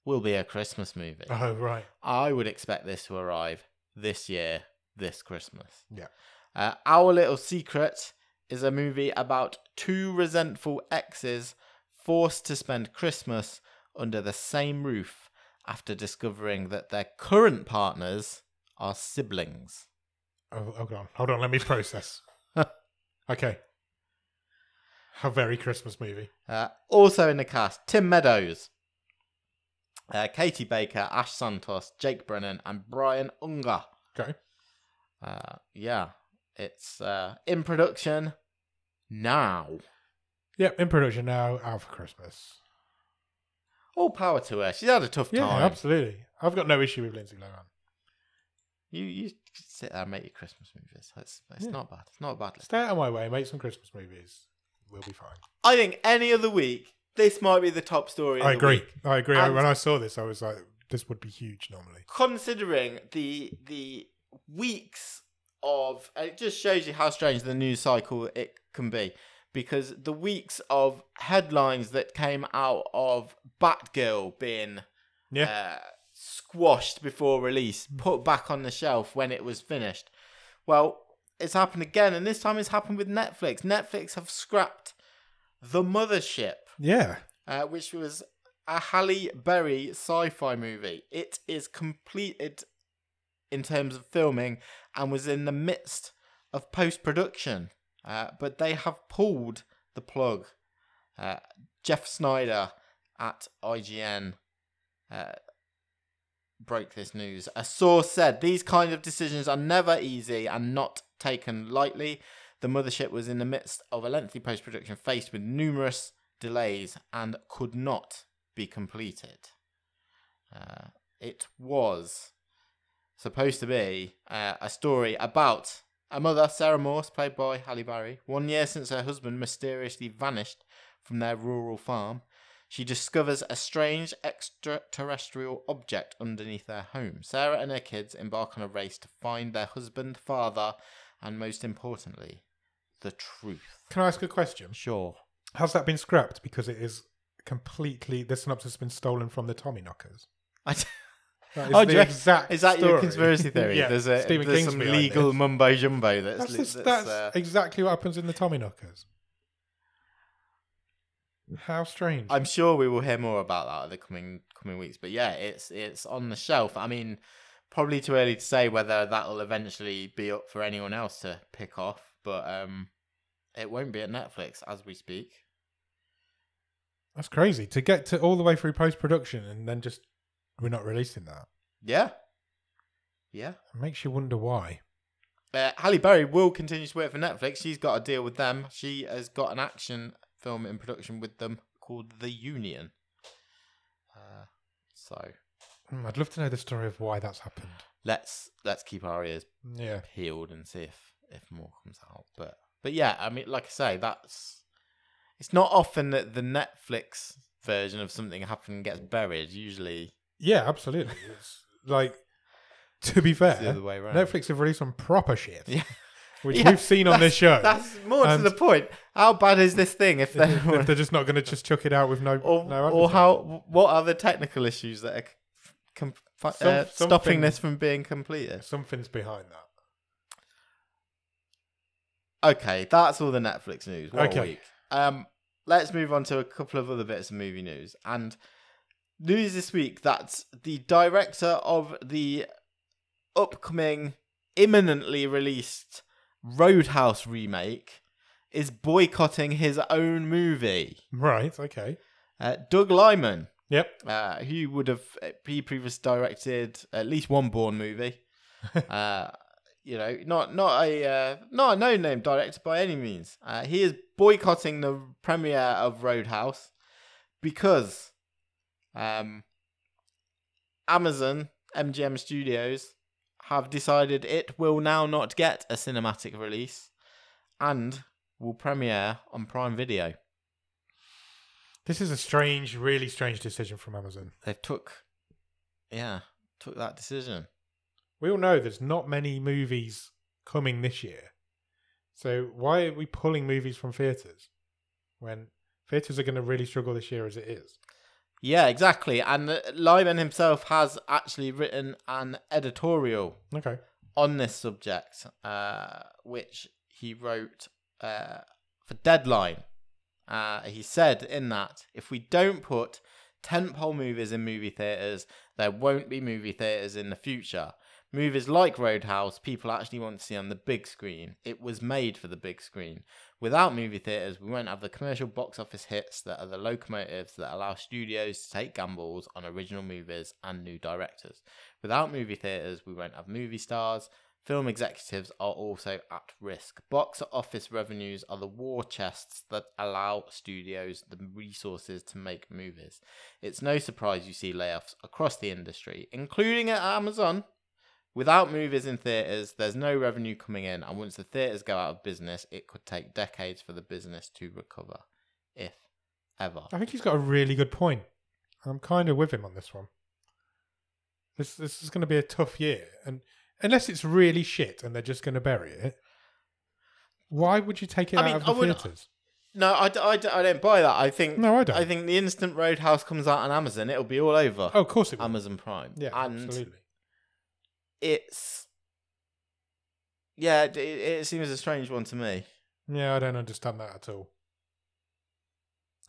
S2: will be a Christmas movie.
S1: Oh, right.
S2: I would expect this to arrive this year, this Christmas.
S1: Yeah.
S2: Uh, Our Little Secret is a movie about two resentful exes forced to spend Christmas under the same roof after discovering that their current partners are siblings.
S1: Oh, hold on. Hold on. Let me process. okay. A very Christmas movie.
S2: Uh, also in the cast, Tim Meadows, uh, Katie Baker, Ash Santos, Jake Brennan, and Brian Unger.
S1: Okay.
S2: Uh, yeah, it's uh, in production now.
S1: Yep. In production now, out for Christmas.
S2: All power to her. She's had a tough
S1: Yeah,
S2: time.
S1: absolutely. I've got no issue with Lindsay Lohan.
S2: You you sit there and make your Christmas movies. It's, it's
S1: Yeah.
S2: not bad. It's not a bad list.
S1: Stay out of my way, make some Christmas movies. We'll be fine.
S2: I think any other week, this might be the top story. Of
S1: I
S2: the
S1: agree.
S2: week.
S1: I agree. I-
S2: And-
S1: when I saw this, I was like, this would be huge normally.
S2: Considering the the weeks of, it just shows you how strange the news cycle it can be. Because the weeks of headlines that came out of Batgirl being
S1: Yeah.
S2: uh, squashed before release, put back on the shelf when it was finished. Well, it's happened again, and this time it's happened with Netflix. Netflix have scrapped The Mothership,
S1: Yeah.
S2: uh, which was a Halle Berry sci fi movie. It is completed in terms of filming and was in the midst of post production, uh, but they have pulled the plug. Uh, Jeff Snyder at IGN uh, broke this news. A source said these kind of decisions are never easy and not taken lightly. The mothership was in the midst of a lengthy post production faced with numerous delays and could not be completed. Uh, it was supposed to be uh, a story about a mother, Sarah Morse, played by Halle Berry, one year since her husband mysteriously vanished from their rural farm. She discovers a strange extraterrestrial object underneath their home. Sarah and her kids embark on a race to find their husband, father, and most importantly, the truth.
S1: Can I ask a question?
S2: Sure.
S1: Has that been scrapped because it is completely the synopsis has been stolen from the Tommy knockers?
S2: I d-
S1: That
S2: Oh, do you
S1: the
S2: reckon-
S1: exact
S2: Is that your
S1: story.
S2: conspiracy theory?
S1: yeah,
S2: there's a,
S1: Stephen
S2: there's
S1: King's
S2: some
S1: behind
S2: legal
S1: it.
S2: mumbo jumbo that's,
S1: That's,
S2: li-
S1: just,
S2: that's,
S1: that's
S2: uh,
S1: exactly what happens in the Tommy knockers. How strange.
S2: I'm sure we will hear more about that in the coming coming weeks. But yeah, it's it's on the shelf. I mean, probably too early to say whether that'll eventually be up for anyone else to pick off, but um it won't be at Netflix as we speak.
S1: That's crazy to get to all the way through post production and then just we're not releasing that.
S2: Yeah. Yeah.
S1: It makes you wonder why.
S2: Uh, Halle Berry will continue to work for Netflix. She's got a deal with them. She has got an action film in production with them called The Union. Uh, so
S1: Mm, I'd love to know the story of why that's happened.
S2: let's let's keep our ears
S1: Yeah.
S2: peeled and see if if more comes out. But but yeah, I mean, like I say, that's it's not often that the Netflix version of something happening gets buried. Usually,
S1: Yeah, absolutely. It's like to be
S2: it's the
S1: fair,
S2: other way around.
S1: Netflix have released some proper shit.
S2: Yeah.
S1: Which
S2: Yeah,
S1: we've seen on this show.
S2: That's more
S1: And-
S2: to the point. How bad is this thing if they
S1: If- if they're just not going to just chuck it out with no
S2: or,
S1: no
S2: or
S1: advertising.
S2: how what are the technical issues that are c- com- fi-
S1: Some-
S2: uh,
S1: something-
S2: stopping this from being completed?
S1: something's behind that.
S2: Okay, that's all the Netflix news. What
S1: Okay.
S2: a week. Um, let's move on to a couple of other bits of movie news. And news this week that the director of the upcoming, imminently released Roadhouse remake is boycotting his own movie.
S1: Right, okay.
S2: Uh, Doug Lyman,
S1: Yep.
S2: uh, who would have he previously directed at least one Bourne movie. uh, you know, not not a uh, not a no name director by any means. Uh, he is boycotting the premiere of Roadhouse because um, Amazon MGM Studios have decided it will now not get a cinematic release and will premiere on Prime Video.
S1: This is a strange, really strange decision from Amazon.
S2: They've took yeah, took that decision.
S1: We all know there's not many movies coming this year. So why are we pulling movies from theatres when theatres are going to really struggle this year as it is?
S2: Yeah, exactly. And uh, Lyman himself has actually written an editorial
S1: Okay.
S2: on this subject, uh, which he wrote uh, for Deadline. Uh, he said in that if we don't put tentpole movies in movie theaters, there won't be movie theaters in the future. Movies like Roadhouse, people actually want to see on the big screen. It was made for the big screen. Without movie theaters, we won't have the commercial box office hits that are the locomotives that allow studios to take gambles on original movies and new directors. Without movie theaters, we won't have movie stars. Film executives are also at risk. Box office revenues are the war chests that allow studios the resources to make movies. It's no surprise you see layoffs across the industry, including at Amazon. Without movies in theaters, there's no revenue coming in, and once the theaters go out of business, it could take decades for the business to recover, if ever.
S1: I think he's got a really good point. I'm kind of with him on this one. This this is going to be a tough year, and unless it's really shit and they're just going to bury it, why would you take it
S2: I
S1: out
S2: mean, I
S1: of the
S2: wouldn't-
S1: theatres?
S2: No, I, d- I, d- I don't buy that. I think
S1: No, I don't.
S2: I think the instant Roadhouse comes out on Amazon, it'll be all over
S1: Oh, of course it would.
S2: Amazon Prime.
S1: yeah,
S2: and
S1: absolutely.
S2: it's yeah, it, it seems a strange one to me.
S1: Yeah, I don't understand that at all.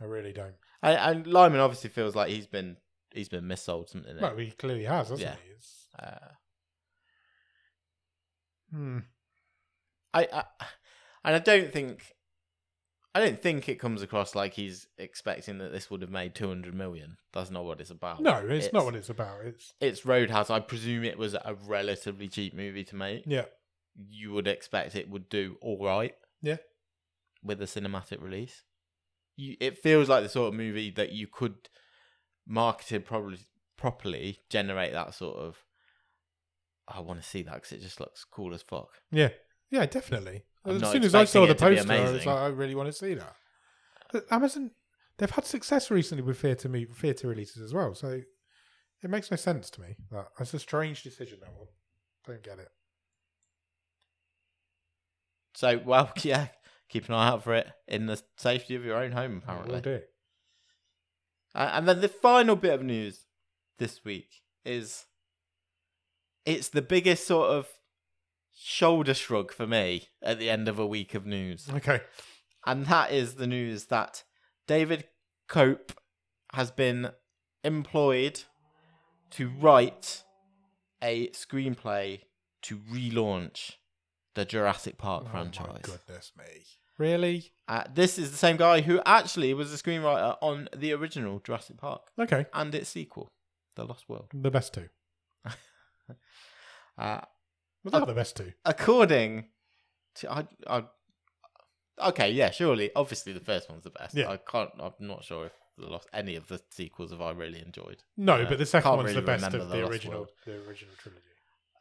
S1: I really don't.
S2: And, and Lyman obviously feels like he's been he's been missold something.
S1: Well, he clearly has, hasn't
S2: Yeah.
S1: he? It's,
S2: uh,
S1: hmm.
S2: I, I and I don't think I don't think it comes across like he's expecting that this would have made 200 million. That's not what it's about.
S1: No, it's, not what it's about. It's
S2: it's Roadhouse. I presume it was a relatively cheap movie to make.
S1: yeah,
S2: You would expect it would do all right.
S1: Yeah.
S2: With a cinematic release. You, it feels like the sort of movie that you could marketed probably properly generate that sort of I want to see that because it just looks cool as fuck.
S1: yeah, yeah, definitely.
S2: I'm
S1: as
S2: not
S1: soon as I saw the
S2: expecting it to be
S1: poster, I was
S2: amazing.
S1: like, I really want to see that. But Amazon, they've had success recently with theater mo- theater releases as well, so it makes no sense to me. That that's a strange decision. That one, don't get it.
S2: So, well, yeah, keep an eye out for it in the safety of your own home,
S1: Will
S2: apparently.
S1: do.
S2: Uh, and then the final bit of news this week is it's the biggest sort of shoulder shrug for me at the end of a week of news.
S1: Okay,
S2: And that is the news that David Cope has been employed to write a screenplay to relaunch the Jurassic Park
S1: Oh,
S2: franchise.
S1: My goodness me, really?
S2: Uh, this is the same guy who actually was the screenwriter on the original Jurassic Park
S1: Okay,
S2: and its sequel, The Lost World.
S1: the best two.
S2: Uh,
S1: Was that the best two?
S2: according to I, I, okay, yeah, surely, obviously, the first one's the best.
S1: Yeah.
S2: I can't. I'm not sure if the lost any of the sequels have I really enjoyed.
S1: No,
S2: Uh,
S1: but the second
S2: can't
S1: one's the
S2: really
S1: best
S2: remember
S1: of
S2: The
S1: the,
S2: Lost
S1: original,
S2: World.
S1: the original trilogy.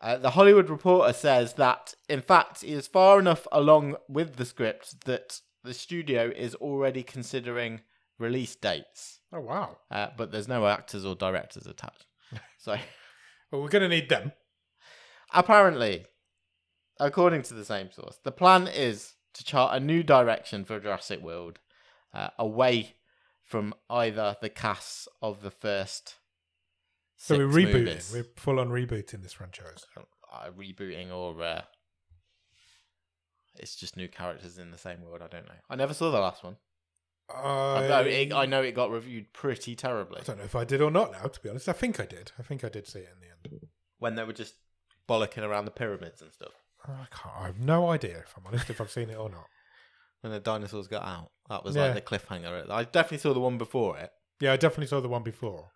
S2: Uh, the Hollywood Reporter says that, in fact, he is far enough along with the script that the studio is already considering release dates,
S1: Oh wow!
S2: uh, but there's no actors or directors attached. So.
S1: Well, we're gonna need them.
S2: Apparently, according to the same source, the plan is to chart a new direction for Jurassic World, uh, away from either the casts of the first.
S1: So we
S2: six
S1: we're rebooting.
S2: movies.
S1: We're full on rebooting this franchise.
S2: Uh, rebooting or uh, it's just new characters in the same world. I don't know. I never saw the last one. I, know it, I know it got reviewed pretty terribly
S1: I don't know if I did or not now, to be honest. I think I did. I think I did see it in the end.
S2: when they were just bollocking around the pyramids and stuff.
S1: I can't. I have no idea if I'm honest if I've seen it or not.
S2: When the dinosaurs got out, that was
S1: Yeah.
S2: like the cliffhanger. I definitely saw the one before it.
S1: Yeah, I definitely saw the one before.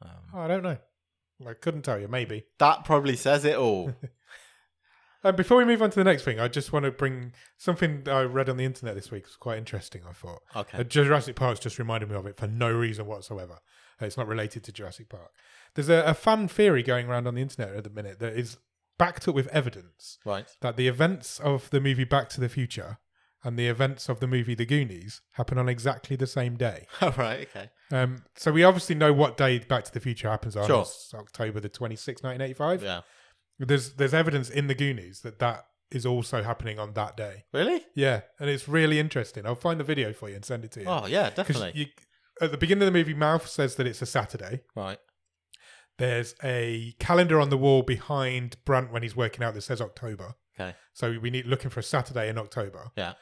S2: Um,
S1: Oh, I don't know. I couldn't tell you. Maybe.
S2: that probably says it all.
S1: Uh, before we move on to the next thing, I just want to bring something that I read on the internet this week. was quite interesting. I thought. Uh,
S2: Okay.
S1: Jurassic Park's just reminded me of it for no reason whatsoever. Uh, it's not related to Jurassic Park. There's a, a fan theory going around on the internet at the minute that is backed up with evidence
S2: Right.
S1: that the events of the movie Back to the Future and the events of the movie The Goonies happen on exactly the same day.
S2: All right. Okay.
S1: Um, so we obviously know what day Back to the Future happens on.
S2: Sure.
S1: It's October the 26th, 1985.
S2: Yeah.
S1: There's, there's evidence in The Goonies that that is also happening on that day.
S2: Really?
S1: Yeah, and it's really interesting. I'll find the video for you and send it to you.
S2: Oh yeah,
S1: Because
S2: definitely.
S1: you, at the beginning of the movie, Mouth says that it's a Saturday.
S2: Right.
S1: There's a calendar on the wall behind Brant when he's working out that says October.
S2: Okay.
S1: So we need looking for a Saturday in October.
S2: Yeah.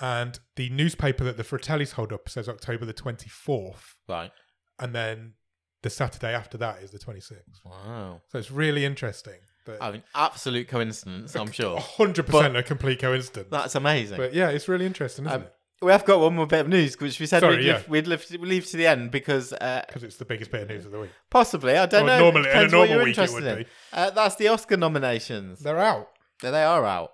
S1: And the newspaper that the Fratellis hold up says October the 24th.
S2: Right.
S1: And then the Saturday after that is the 26th.
S2: Wow.
S1: So it's really interesting. But
S2: I mean, absolute coincidence. I'm sure.
S1: 100% a complete coincidence.
S2: That's amazing.
S1: But yeah, it's really interesting, isn't
S2: Um,
S1: it?
S2: we have got one more bit of news, which we said
S1: Sorry,
S2: we'd,
S1: yeah.
S2: leave, we'd leave, we'd leave to the end because uh,
S1: Because it's the biggest bit of news of the week.
S2: possibly I don't
S1: Well,
S2: know.
S1: normally- in a
S2: depends what
S1: normal
S2: you're
S1: week it
S2: interested
S1: would
S2: in.
S1: be.
S2: Uh, that's the Oscar nominations.
S1: They're out.
S2: They are out.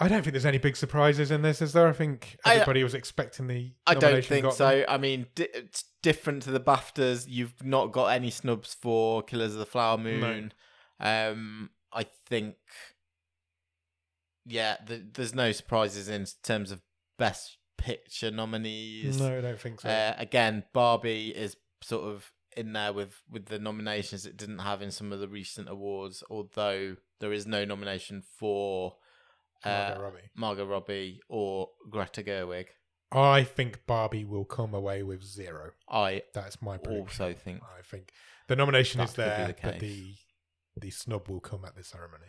S1: I don't think there's any big surprises in this, is there? I think
S2: I- uh,
S1: everybody was expecting the.
S2: I don't
S1: nomination
S2: think
S1: got
S2: so.
S1: them.
S2: I mean, di- it's different to the BAFTAs. You've not got any snubs for Killers of the Flower Moon. Um, I think, yeah, th- there's no surprises in terms of best picture nominees.
S1: No, I don't think so.
S2: Uh, again, Barbie is sort of in there with with the nominations it didn't have in some of the recent awards. Although there is no nomination for uh,
S1: Margot Robbie.
S2: Margot Robbie or Greta Gerwig.
S1: I think Barbie will come away with zero.
S2: I
S1: That's my prediction.
S2: also think
S1: I think the nomination
S2: That
S1: is
S2: could be
S1: there,
S2: the
S1: but
S2: case.
S1: the the snub will come at the ceremony.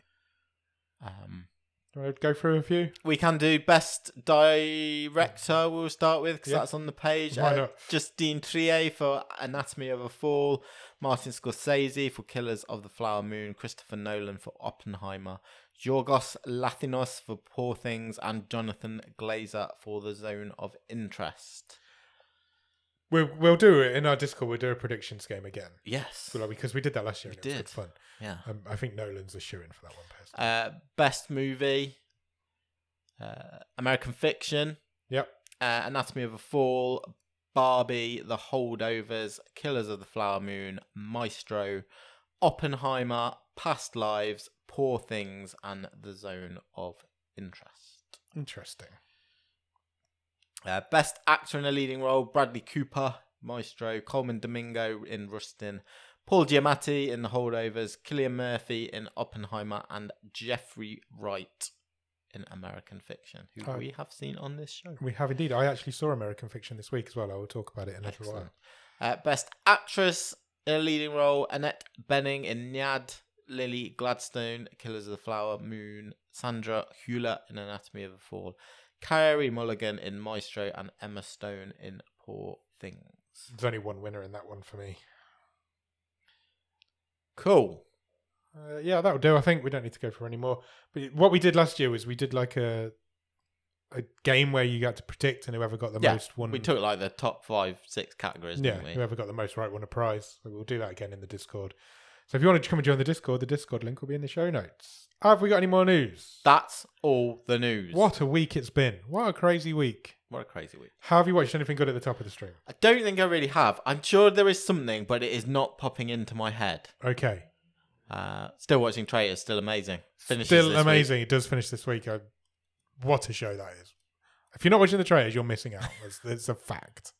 S2: um
S1: Do you want to go through a few?
S2: We can do best director. We'll start with because
S1: Yeah.
S2: that's on the page. Uh,
S1: Why not?
S2: Justine Trier for Anatomy of a Fall, Martin Scorsese for Killers of the Flower Moon, Christopher Nolan for Oppenheimer, Yorgos Lathinos for Poor Things, and Jonathan Glazer for The Zone of Interest.
S1: We'll, we'll do it in our Discord. We'll do a predictions game again.
S2: Yes.
S1: So, like, because we did that last year
S2: We
S1: and it was
S2: did.
S1: good fun.
S2: Yeah.
S1: Um, I think Nolan's a shoe in for that one person.
S2: Uh, best movie, uh, American Fiction,
S1: yep.
S2: uh, Anatomy of a Fall, Barbie, The Holdovers, Killers of the Flower Moon, Maestro, Oppenheimer, Past Lives, Poor Things, and The Zone of Interest.
S1: Interesting.
S2: Uh, best actor in a leading role Bradley Cooper, Maestro, Coleman Domingo in Rustin, Paul Giamatti in The Holdovers, Cillian Murphy in Oppenheimer, and Jeffrey Wright in American Fiction, who
S1: Oh.
S2: we have seen on this show.
S1: We have indeed. I actually saw American Fiction this week as well. I will talk about it in a little
S2: Excellent.
S1: while.
S2: Uh, best actress in a leading role: Annette Benning in *Nyad*, Lily Gladstone, *Killers of the Flower Moon*, Sandra Hewlett in *Anatomy of a Fall*, Carrie Mulligan in *Maestro*, and Emma Stone in *Poor Things*.
S1: There's only one winner in that one for me.
S2: Cool.
S1: Uh, yeah, that'll do. I think we don't need to go for any more. But what we did last year was we did like a a game where you got to predict, and whoever got the
S2: Yeah,
S1: most one,
S2: We took like the top five, six categories,
S1: yeah,
S2: didn't we?
S1: whoever got the most right won a prize. So we'll do that again in the Discord. So if you want to come and join the Discord, the Discord link will be in the show notes. Have we got any more news?
S2: That's all the news.
S1: What a week it's been! What a crazy week!
S2: What a crazy week.
S1: Have you watched anything good at the top of the stream?
S2: I don't think I really have. I'm sure there is something, but it is not popping into my head.
S1: Okay,
S2: Uh, still watching Traitors, still amazing. Finishes
S1: still
S2: this week.
S1: amazing. It does finish this week. I, what a show that is! If you're not watching the trailers, you're missing out. It's, it's a fact.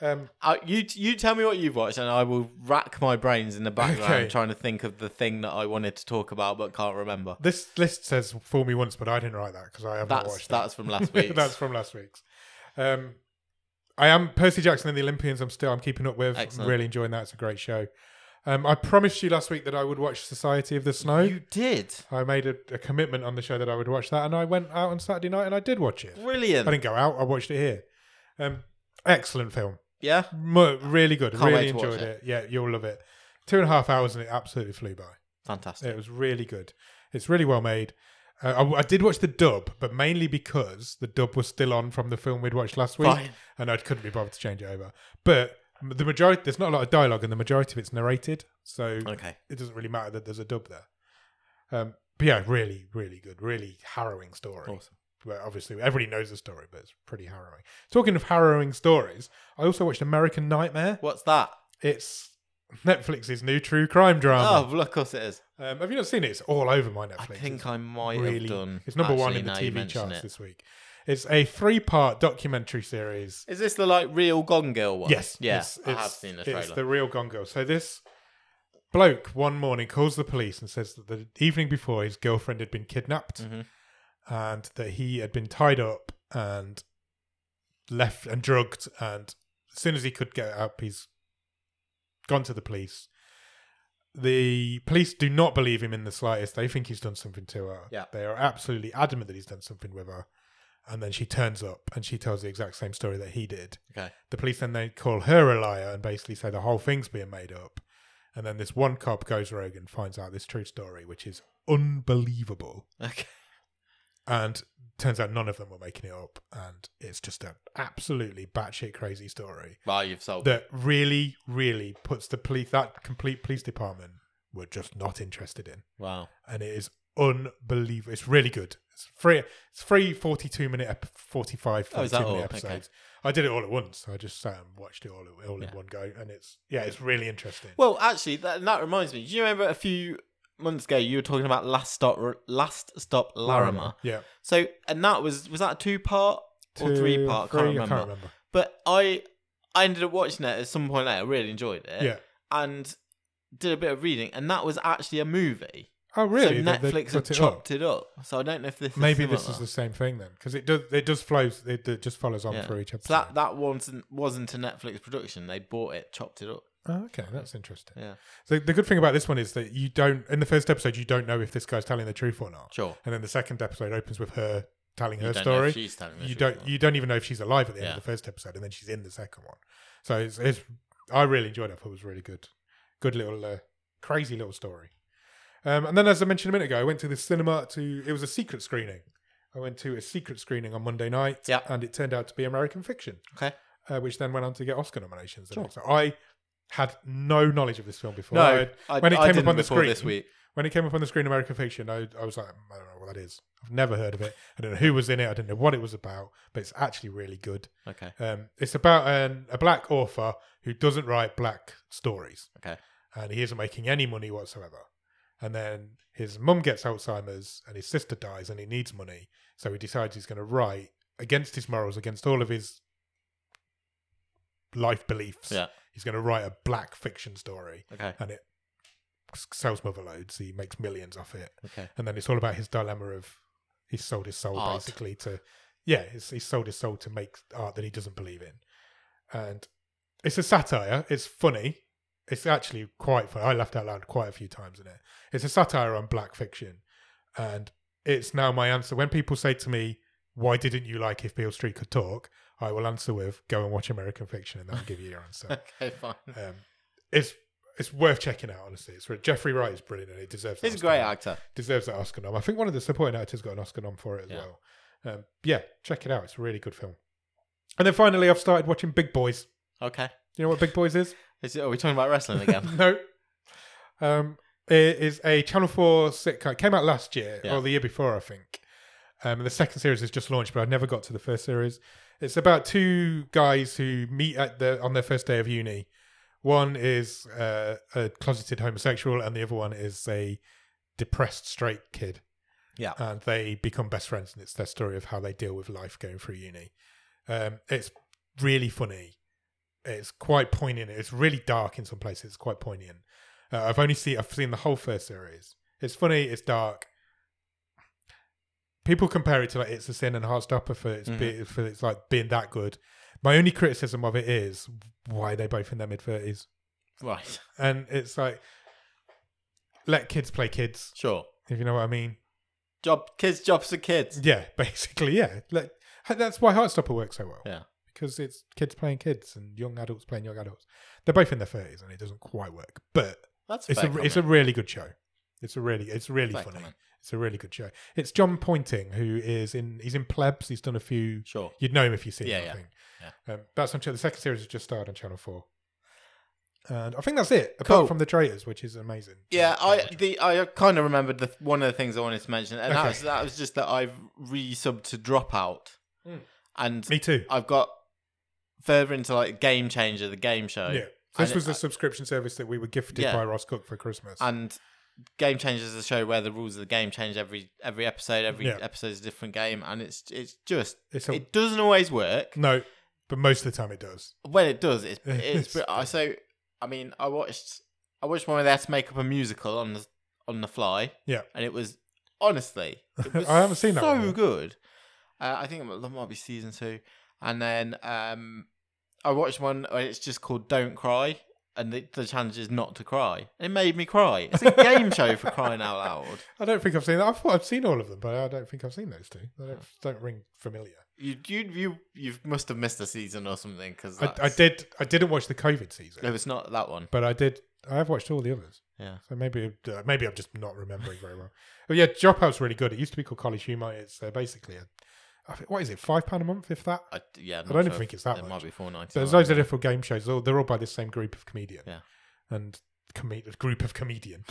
S1: Um,
S2: Uh, you you tell me what you've watched, and I will rack my brains in the background
S1: Okay.
S2: trying to think of the thing that I wanted to talk about but can't remember.
S1: This list says "fool me once," but I didn't write that because I haven't
S2: That's
S1: watched that.
S2: that's from last week.
S1: that's from last week's. Um, I am Percy Jackson and the Olympians. I'm still I'm keeping up with.
S2: Excellent.
S1: I'm really enjoying that. It's a great show. Um, I promised you last week that I would watch Society of the Snow.
S2: you did
S1: I made a, a commitment on the show that I would watch that, and I went out on Saturday night and I did watch it.
S2: brilliant.
S1: I didn't go out. I watched it here. Um, excellent film.
S2: yeah,
S1: Mo- really good.
S2: Can't wait
S1: really
S2: to watch
S1: enjoyed it. Yeah, you'll love it. Two and a half hours and it absolutely flew by.
S2: fantastic.
S1: It was really good. It's really well made. Uh, I, I did watch the dub, but mainly because the dub was still on from the film we'd watched last week,
S2: Fine.
S1: and I couldn't be bothered to change it over. But the majority, there's not a lot of dialogue, and the majority of it's narrated, so
S2: Okay,
S1: it doesn't really matter that there's a dub there. Um, but yeah, really, really good, really harrowing story.
S2: awesome.
S1: But obviously, everybody knows the story, but it's pretty harrowing. Talking of harrowing stories, I also watched American Nightmare.
S2: What's that?
S1: It's Netflix's new true crime drama.
S2: Oh, look, of course it is.
S1: Um, have you not seen it? It's all over my Netflix.
S2: I think
S1: It's
S2: I might have done.
S1: It's number one
S2: actually,
S1: in the
S2: now you
S1: TV
S2: mention
S1: charts
S2: it.
S1: this week. It's a three-part documentary series.
S2: Is this the like real Gone Girl one?
S1: Yes,
S2: yes,
S1: it's-
S2: I have
S1: it's-
S2: seen the
S1: It's
S2: trailer.
S1: the real Gone Girl. So this bloke one morning calls the police and says that the evening before his girlfriend had been kidnapped
S2: Mhm.
S1: and that he had been tied up and left and drugged. And as soon as he could get up, he's gone to the police. The police do not believe him in the slightest. They think he's done something to her.
S2: Yeah.
S1: They are absolutely adamant that he's done something with her. And then she turns up and she tells the exact same story that he did.
S2: Okay,
S1: The police then they call her a liar and basically say the whole thing's being made up. And then this one cop goes rogue and finds out this true story, which is unbelievable.
S2: okay.
S1: And turns out none of them were making it up. And it's just an absolutely batshit crazy story
S2: Well, you've sold.
S1: that really, really puts the police, that complete police department, were just not interested in.
S2: wow.
S1: And it is unbelievable. It's really good. It's free. It's free 42 minute, ep- 45,
S2: Oh, is
S1: 42
S2: that
S1: minute
S2: all?
S1: episodes.
S2: Okay.
S1: I did it all at once. I just sat and watched it all, at- all
S2: Yeah.
S1: in one go. And it's, yeah, it's really interesting.
S2: Well, actually, that, that reminds me. Do you remember a few months ago you were talking about last stop, last stop Larimer?
S1: Yeah.
S2: So, and that was was that two part or
S1: Two,
S2: three part? I
S1: three,
S2: can't remember. But I I ended up watching it at some point later. Really enjoyed it.
S1: Yeah.
S2: And did a bit of reading, and that was actually a movie.
S1: Oh, really?
S2: So
S1: They- they
S2: Netflix
S1: cut
S2: had
S1: it
S2: chopped
S1: up?
S2: it up. So I don't know if this
S1: Maybe
S2: is
S1: this is the same thing then, because it does it does flows it, it just follows on
S2: Yeah.
S1: for each
S2: so
S1: episode.
S2: that that wasn't wasn't a Netflix production. They bought it, chopped it up.
S1: Oh, okay, that's interesting.
S2: Yeah.
S1: So the good thing about this one is that you don't in the first episode you don't know if this guy's telling the truth or not,
S2: Sure.
S1: and then the second episode opens with her telling
S2: You
S1: her
S2: don't know if
S1: story.
S2: she's telling the
S1: you
S2: truth
S1: don't
S2: or not.
S1: you don't even know if she's alive at the end
S2: Yeah.
S1: of the first episode, and then she's in the second one. So it's, it's I really enjoyed it. I thought it was really good, good little uh, crazy little story. Um, and then, as I mentioned a minute ago, I went to the cinema to it was a secret screening. I went to a secret screening on Monday night,
S2: Yeah.
S1: and it turned out to be American Fiction,
S2: Okay.
S1: uh, which then went on to get Oscar nominations. the
S2: Sure.
S1: next- So I had no knowledge of this film before.
S2: No,
S1: I-
S2: I,
S1: when it
S2: I
S1: came up
S2: didn't
S1: on the
S2: before this
S1: screen,
S2: week.
S1: when it came up on the screen, American Fiction, I, I was like, I don't know what that is. I've never heard of it. I don't know who was in it. I don't know what it was about, but it's actually really good.
S2: Okay.
S1: Um, it's about an, a black author who doesn't write black stories.
S2: Okay.
S1: And he isn't making any money whatsoever. And then his mum gets Alzheimer's and his sister dies and he needs money. So he decides he's going to write against his morals, against all of his life beliefs.
S2: Yeah.
S1: He's going to write a black fiction story
S2: Okay.
S1: and it s- sells mother loads. He makes millions off it
S2: Okay.
S1: and then it's all about his dilemma of he's sold his soul
S2: Art.
S1: basically to yeah he's, he's sold his soul to make art that he doesn't believe in and it's a satire it's funny it's actually quite funny i laughed out loud quite a few times in it it's a satire on black fiction and it's now my answer when people say to me why didn't you like if beale street could talk i will answer with go and watch american fiction and that'll give you your answer
S2: Okay. Fine.
S1: um, it's it's worth checking out honestly it's jeffrey wright is brilliant and it deserves an
S2: He's a
S1: Oscar
S2: great
S1: nom
S2: actor.
S1: deserves that Oscar nom. I think one of the supporting actors got an Oscar nom for it as
S2: Yeah.
S1: well. Um, yeah, check it out. It's a really good film. And then finally, I've started watching Big Boys.
S2: Okay.
S1: You know what Big Boys is?
S2: Is it, are we talking about wrestling again?
S1: no. Um, it is a Channel 4 sitcom. It came out last year
S2: Yeah.
S1: or the year before, I think. Um, and the second series has just launched, but I never got to the first series. It's about two guys who meet at the on their first day of uni. One is uh, a closeted homosexual, and the other one is a depressed straight kid.
S2: Yeah.
S1: and they become best friends, and it's their story of how they deal with life going through uni. Um, it's really funny. It's quite poignant. It's really dark in some places. It's quite poignant. Uh, I've only seen I've seen the whole first series. It's funny. It's dark. People compare it to like It's a Sin and Heartstopper for its be, for its like being that good. My only criticism of it is why are they both in their mid thirties,
S2: right.
S1: and it's like let kids play kids,
S2: Sure.
S1: if you know what I mean.
S2: Job kids. Jobs for kids.
S1: Yeah, basically, yeah. Like, that's why Heartstopper works so well.
S2: Yeah.
S1: Because it's kids playing kids and young adults playing young adults. They're both in their thirties, and it doesn't quite work. But
S2: That's
S1: it's
S2: fair
S1: a it's a
S2: comment.
S1: really good show. It's a really it's really
S2: Fair
S1: funny.
S2: comment.
S1: It's a really good show. It's John Pointing who is in he's in Plebs. He's done a few.
S2: Sure.
S1: You'd know him if you see
S2: Yeah,
S1: him.
S2: yeah.
S1: I think. Um, that's on ch- the second series has just started on Channel Four. And I think that's it. Apart
S2: Cool.
S1: from the traitors, which is amazing. uh,
S2: Yeah, I the I kind of remembered the one of the things I wanted to mention, and that
S1: Okay.
S2: was that was just that I've re-subbed to Dropout,
S1: Mm.
S2: and
S1: Me too.
S2: I've got further into like Game Changer, the game show,
S1: yeah. This
S2: and-
S1: was the subscription service that we were gifted
S2: Yeah.
S1: by Ross Cook for Christmas.
S2: and Game Changer is a show where the rules of the game change every every episode. Every
S1: Yeah.
S2: episode is a different game, and it's it's just
S1: It's a-
S2: it doesn't always work.
S1: No, but most of the time it does.
S2: When it does, it's
S1: It's
S2: it's, I so I mean I watched I watched one where they had to make up a musical on the on the fly.
S1: Yeah.
S2: and it was honestly it was
S1: I haven't seen that
S2: so
S1: one yet.
S2: good. Uh, I think it might- might be season two, and then um, I watched one. uh, It's just called "Don't Cry," and the, the challenge is not to cry. It made me cry. It's a game show for crying out loud.
S1: I don't think I've seen that. I thought I've seen all of them, but I don't think I've seen those two. They
S2: Hmm.
S1: don't, don't ring familiar.
S2: You you you you must have missed a season or something because
S1: I, I did. I didn't watch the COVID season,
S2: It was not that one.
S1: but I did. I have watched all the others.
S2: Yeah.
S1: So maybe uh, maybe I'm just not remembering very well. But yeah, Dropout's really good. It used to be called College Humor. It's uh, basically a, I think, what is it, five pound a month, if that?
S2: I, yeah, I'm
S1: I
S2: not
S1: don't
S2: sure
S1: think
S2: if-
S1: it's that
S2: It
S1: much.
S2: might be four ninety.
S1: So there's loads of different game shows. They're all- They're all by the same group of comedian.
S2: Yeah.
S1: And com- group of comedian.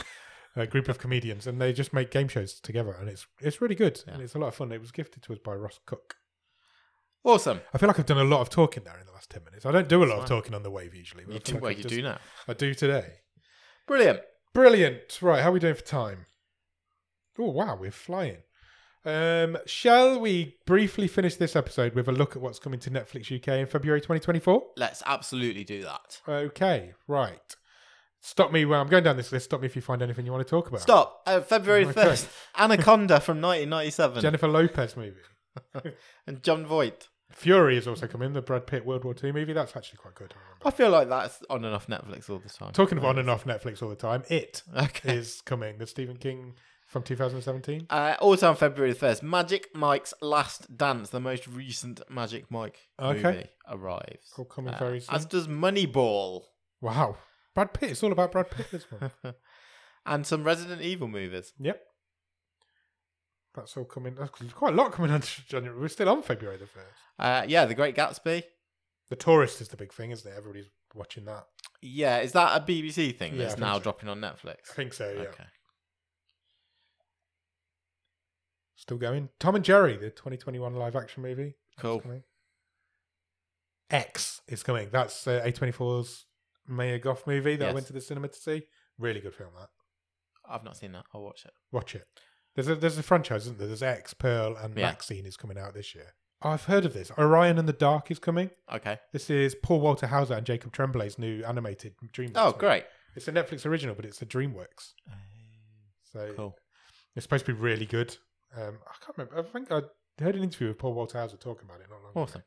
S1: A group of comedians, and they just make game shows together, and it's it's really good, and
S2: Yeah.
S1: it's a lot of fun. It was gifted to us by Ross Cook.
S2: Awesome.
S1: I feel like I've done a lot of talking there in the last ten minutes. I don't do a lot of
S2: Fine.
S1: talking on the wave usually. but I
S2: You
S1: feel
S2: do,
S1: like
S2: well,
S1: I've
S2: you
S1: just-
S2: do now.
S1: I do today.
S2: Brilliant.
S1: Brilliant. Right, how are we doing for time? Oh wow, we're flying. Um, shall we briefly finish this episode with a look at what's coming to Netflix UK in February 2024?
S2: Let's absolutely do that.
S1: Okay, right. Stop me when I'm going down this list. Stop me if you find anything you want to talk about.
S2: Stop. Uh, February
S1: Okay.
S2: first. Anaconda from nineteen ninety seven.
S1: Jennifer Lopez movie.
S2: and John Voight.
S1: Fury has also come in, the Brad Pitt World War II movie. That's actually quite good. I remember.
S2: I feel like that's on and off Netflix all the time.
S1: Talking of on and off Netflix all the time, It
S2: Okay.
S1: is coming. The Stephen King from 2017.
S2: Uh, also on February the 1st, Magic Mike's Last Dance, the most recent Magic Mike
S1: Okay.
S2: movie, arrives.
S1: All coming
S2: Uh,
S1: very soon.
S2: As does Moneyball
S1: Wow. Brad Pitt. It's all about Brad Pitt this one.
S2: and some Resident Evil movies.
S1: yep. That's all coming. That's quite a lot coming on to January. We're still on February the 1st.
S2: Uh, yeah, The Great Gatsby.
S1: The Tourist is the big thing, isn't it? Everybody's watching that.
S2: Yeah, is that a BBC thing
S1: Yeah, I
S2: that's
S1: think
S2: now
S1: so.
S2: dropping on Netflix?
S1: I think so, yeah.
S2: Okay.
S1: Still going. Tom and Jerry, the 2021 live action movie.
S2: Cool.
S1: coming. X is coming. That's uh, A24's Maya Goff movie that I
S2: Yes.
S1: went to the cinema to see. Really good film, that.
S2: I've not seen that. I'll watch it.
S1: Watch it. There's a, there's a franchise, isn't there? There's X, Pearl, and
S2: Yeah.
S1: Maxine is coming out this year. Oh, I've heard of this. Orion and the Dark is coming.
S2: Okay.
S1: This is Paul Walter Hauser and Jacob Tremblay's new animated DreamWorks.
S2: Oh,
S1: movie.
S2: great.
S1: It's a Netflix original, but it's a DreamWorks. So
S2: Cool.
S1: it's supposed to be really good. Um, I can't remember. I think I heard an interview with Paul Walter Hauser talking about it not long ago.
S2: Awesome.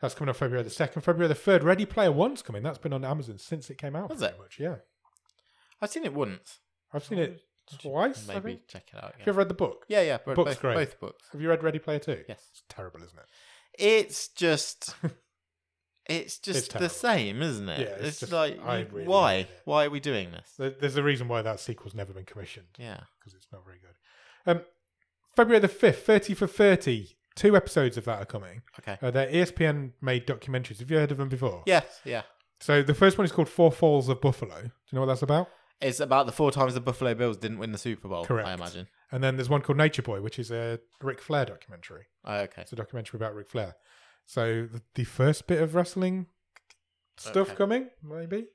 S1: That's coming on February the second, February the third. Ready Player One's coming. That's been on Amazon since it came out.
S2: Has
S1: pretty
S2: it?
S1: Much, yeah.
S2: I've seen it once.
S1: I've seen it twice. I
S2: Maybe
S1: think.
S2: check it out.
S1: Have you
S2: Yeah,
S1: ever read the book?
S2: yeah. yeah but
S1: Book's
S2: both,
S1: great.
S2: both books.
S1: Have you read Ready Player Two?
S2: Yes.
S1: It's terrible, isn't it?
S2: It's just. It's just the
S1: terrible.
S2: same, isn't it?
S1: Yeah, it's just-
S2: like
S1: I
S2: you-
S1: really
S2: why?
S1: hate it.
S2: Why are we doing this?
S1: There- There's a reason why that sequel's never been commissioned
S2: yeah.
S1: because it's not very good. Um, February the fifth, thirty for thirty. Two episodes of that are coming.
S2: Okay.
S1: Uh, they're ESPN made documentaries. Have you heard of them before?
S2: Yes. Yeah.
S1: So the first one is called Four Falls of Buffalo. Do you know what that's about?
S2: It's about the four times the Buffalo Bills didn't win the Super Bowl.
S1: Correct.
S2: I imagine.
S1: And then there's one called Nature Boy, which is a Ric Flair documentary.
S2: Oh, okay.
S1: It's a documentary about Ric Flair. So the, the first bit of wrestling stuff
S2: Okay.
S1: coming, maybe.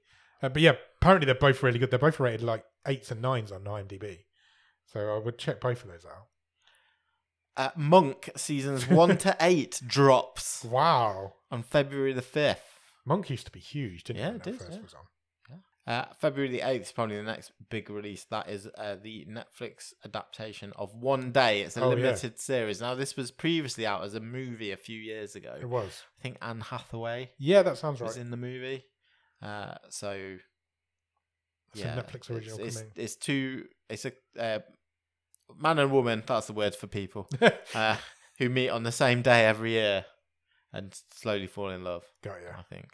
S1: Uh, but yeah, apparently they're both really good. They're both rated like eights and nines on IMDb. So I would check both of those out.
S2: Uh, Monk seasons one to eight drops
S1: Wow,
S2: on February the fifth.
S1: Monk used to be huge, didn't
S2: Yeah,
S1: he? when
S2: it
S1: that
S2: is,
S1: first
S2: yeah.
S1: was on.
S2: Uh, February the 8th is probably the next big release. That is uh, the Netflix adaptation of One Day. It's a
S1: Oh, yeah.
S2: limited series. Now, this was previously out as a movie a few years ago.
S1: It was.
S2: I think Anne Hathaway
S1: Yeah, that sounds
S2: was
S1: right.
S2: in the movie. Uh, so,
S1: It's
S2: yeah.
S1: a Netflix original
S2: It's, it's,
S1: coming.
S2: it's two, it's a uh, man and woman, that's the word for people, uh, who meet on the same day every year and slowly fall in love,
S1: Got
S2: I think.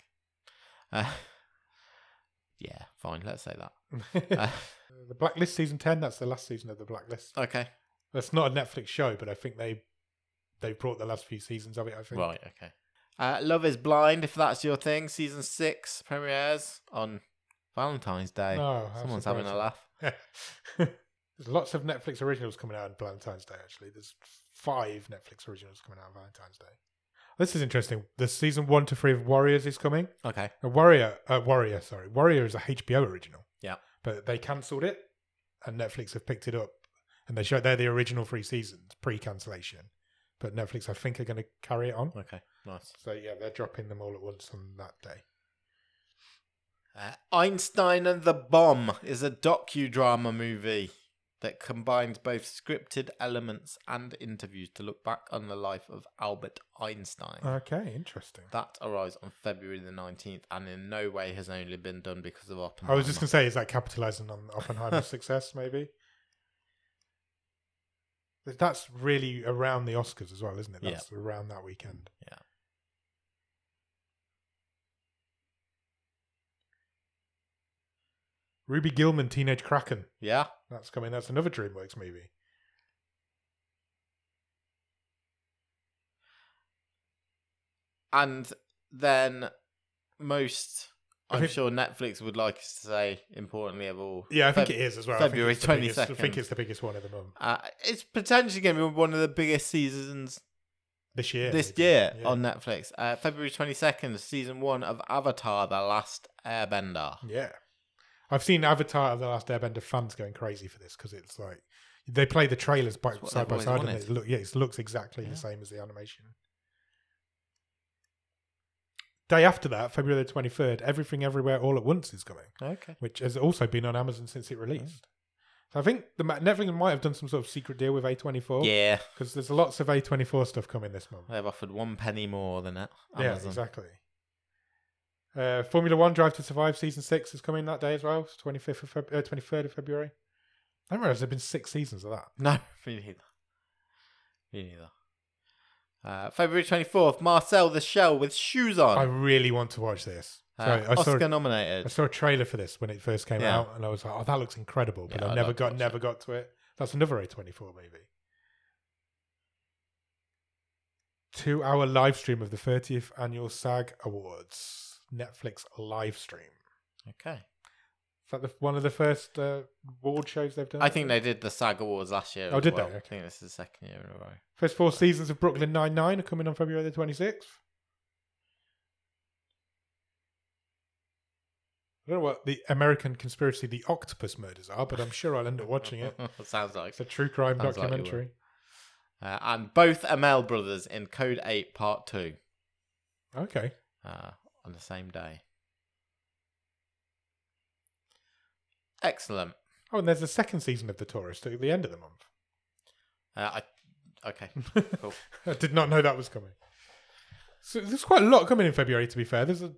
S2: Uh, yeah, fine. Let's say that.
S1: ya.
S2: Uh,
S1: the Blacklist season ten. That's the last season of the Blacklist.
S2: okay.
S1: That's not a Netflix show, but I think they they brought the last few seasons of it. I think.
S2: Right, okay. Uh, Love is Blind, if that's your thing, season six premieres on Valentine's Day.
S1: No, how
S2: Someone's having a
S1: surprising.
S2: laugh.
S1: There's lots of Netflix originals coming out on Valentine's Day, actually. There's five Netflix originals coming out on Valentine's Day. This is interesting. The season one to three of Warriors is coming.
S2: Okay.
S1: A Warrior, uh, Warrior, sorry. Warrior is a HBO original.
S2: Yeah.
S1: But they cancelled it and Netflix have picked it up. And they show they're the original three seasons pre cancellation. But Netflix, I think, are going to carry it on.
S2: Okay, nice.
S1: So, yeah, they're dropping them all at once on that day.
S2: Uh, Einstein and the Bomb is a docudrama movie that combines both scripted elements and interviews to look back on the life of Albert Einstein.
S1: Okay, interesting.
S2: that arrives on February the 19th and in no way has only been done because of Oppenheimer.
S1: I was just going to say, is that capitalizing on Oppenheimer's success, maybe? But That's really around the Oscars as well, isn't it?
S2: Yeah.
S1: That's around that weekend.
S2: Yeah.
S1: Ruby Gilman, Teenage Kraken.
S2: Yeah?
S1: That's coming. That's another DreamWorks movie.
S2: And then most,
S1: I
S2: I'm
S1: think-
S2: sure Netflix would like us to say, importantly of all.
S1: Yeah, I think
S2: Feb-
S1: it is as well.
S2: February
S1: I think it's the biggest- I
S2: 22nd.
S1: think it's the biggest one of um, the month
S2: Uh, it's potentially going to be one of the biggest seasons
S1: this year.
S2: this
S1: maybe.
S2: year
S1: Yeah.
S2: on Netflix. Uh, February 22nd, season one of Avatar The Last Airbender.
S1: Yeah. I've seen Avatar The Last Airbender fans going crazy for this because it's like they play the trailers by,
S2: It's what
S1: side
S2: they've
S1: by
S2: always
S1: side and
S2: wanted.
S1: it, look, yeah, it looks exactly
S2: Yeah.
S1: the same as the animation. Day after that, February the 23rd, Everything Everywhere All at Once is coming,
S2: Okay.
S1: which has also been on Amazon since it released. So I think the ma- Netflix might have done some sort of secret deal with A24
S2: Yeah,
S1: because there's lots of A24 stuff coming this month.
S2: they've offered one penny more than that.
S1: Yeah,
S2: Amazon.
S1: exactly. Uh, Formula One Drive to Survive season six is coming that day as well. Twenty fifth of Feb- uh, twenty third of February. I didn't realize there've been six seasons of that.
S2: No, me neither. Me neither. Uh, February 24th, Marcel the Shell with shoes on.
S1: I really want to watch this. So
S2: Uh,
S1: I saw
S2: Oscar
S1: I
S2: nominated.
S1: saw a trailer for this when it first came
S2: Yeah.
S1: out, and I was like, "Oh, that looks incredible!" But
S2: Yeah,
S1: I
S2: I'd
S1: never
S2: love to
S1: got
S2: watch
S1: never got to it. That's another A24 movie. Two hour live stream of the 30th annual SAG Awards Netflix live stream.
S2: Okay.
S1: Is that the, one of the first uh, award shows they've done?
S2: I think they did the SAG Awards last year.
S1: Oh,
S2: as
S1: did
S2: well.
S1: they?
S2: I think this is the second year in a row.
S1: First four seasons of Brooklyn Nine Nine are coming on February the twenty sixth. I don't know what the American conspiracy, the Octopus Murders, are, but I'm sure I'll end up watching it.
S2: Sounds like
S1: It's a true crime
S2: Sounds like you
S1: documentary.
S2: Uh, and both Amel brothers in Code 8 Part 2
S1: okay,
S2: uh, on the same day. Excellent.
S1: Oh, and there's a second season of The Tourist at the end of the month.
S2: Uh, I, okay. Cool.
S1: I did not know that was coming. So there's quite a lot coming in February. To be fair, there's a,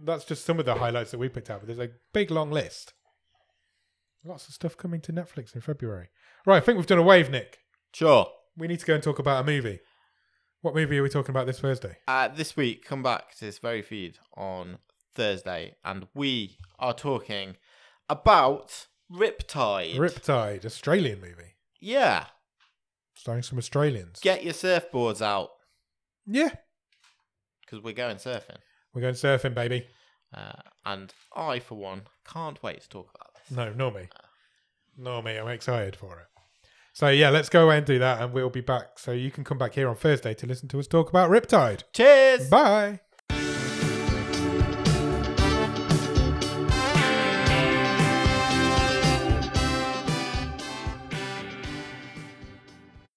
S1: that's just some of the highlights that we picked out. But there's a big long list. Lots of stuff coming to Netflix in February. Right, I think we've done a wave, Nick.
S2: Sure.
S1: We need to go and talk about a movie. What movie are we talking about this Thursday?
S2: Uh, this week, come back to this very feed on Thursday, and we are talking about Riptide.
S1: Riptide, Australian movie,
S2: yeah,
S1: starring some Australians.
S2: get your surfboards out
S1: yeah,
S2: because we're going surfing.
S1: we're going surfing, baby.
S2: Uh, and I, for one, can't wait to talk about this.
S1: No, nor me. Nor me. I'm excited for it. So yeah, let's go away and do that, and we'll be back. So you can come back here on Thursday to listen to us talk about Riptide.
S2: Cheers!
S1: Bye.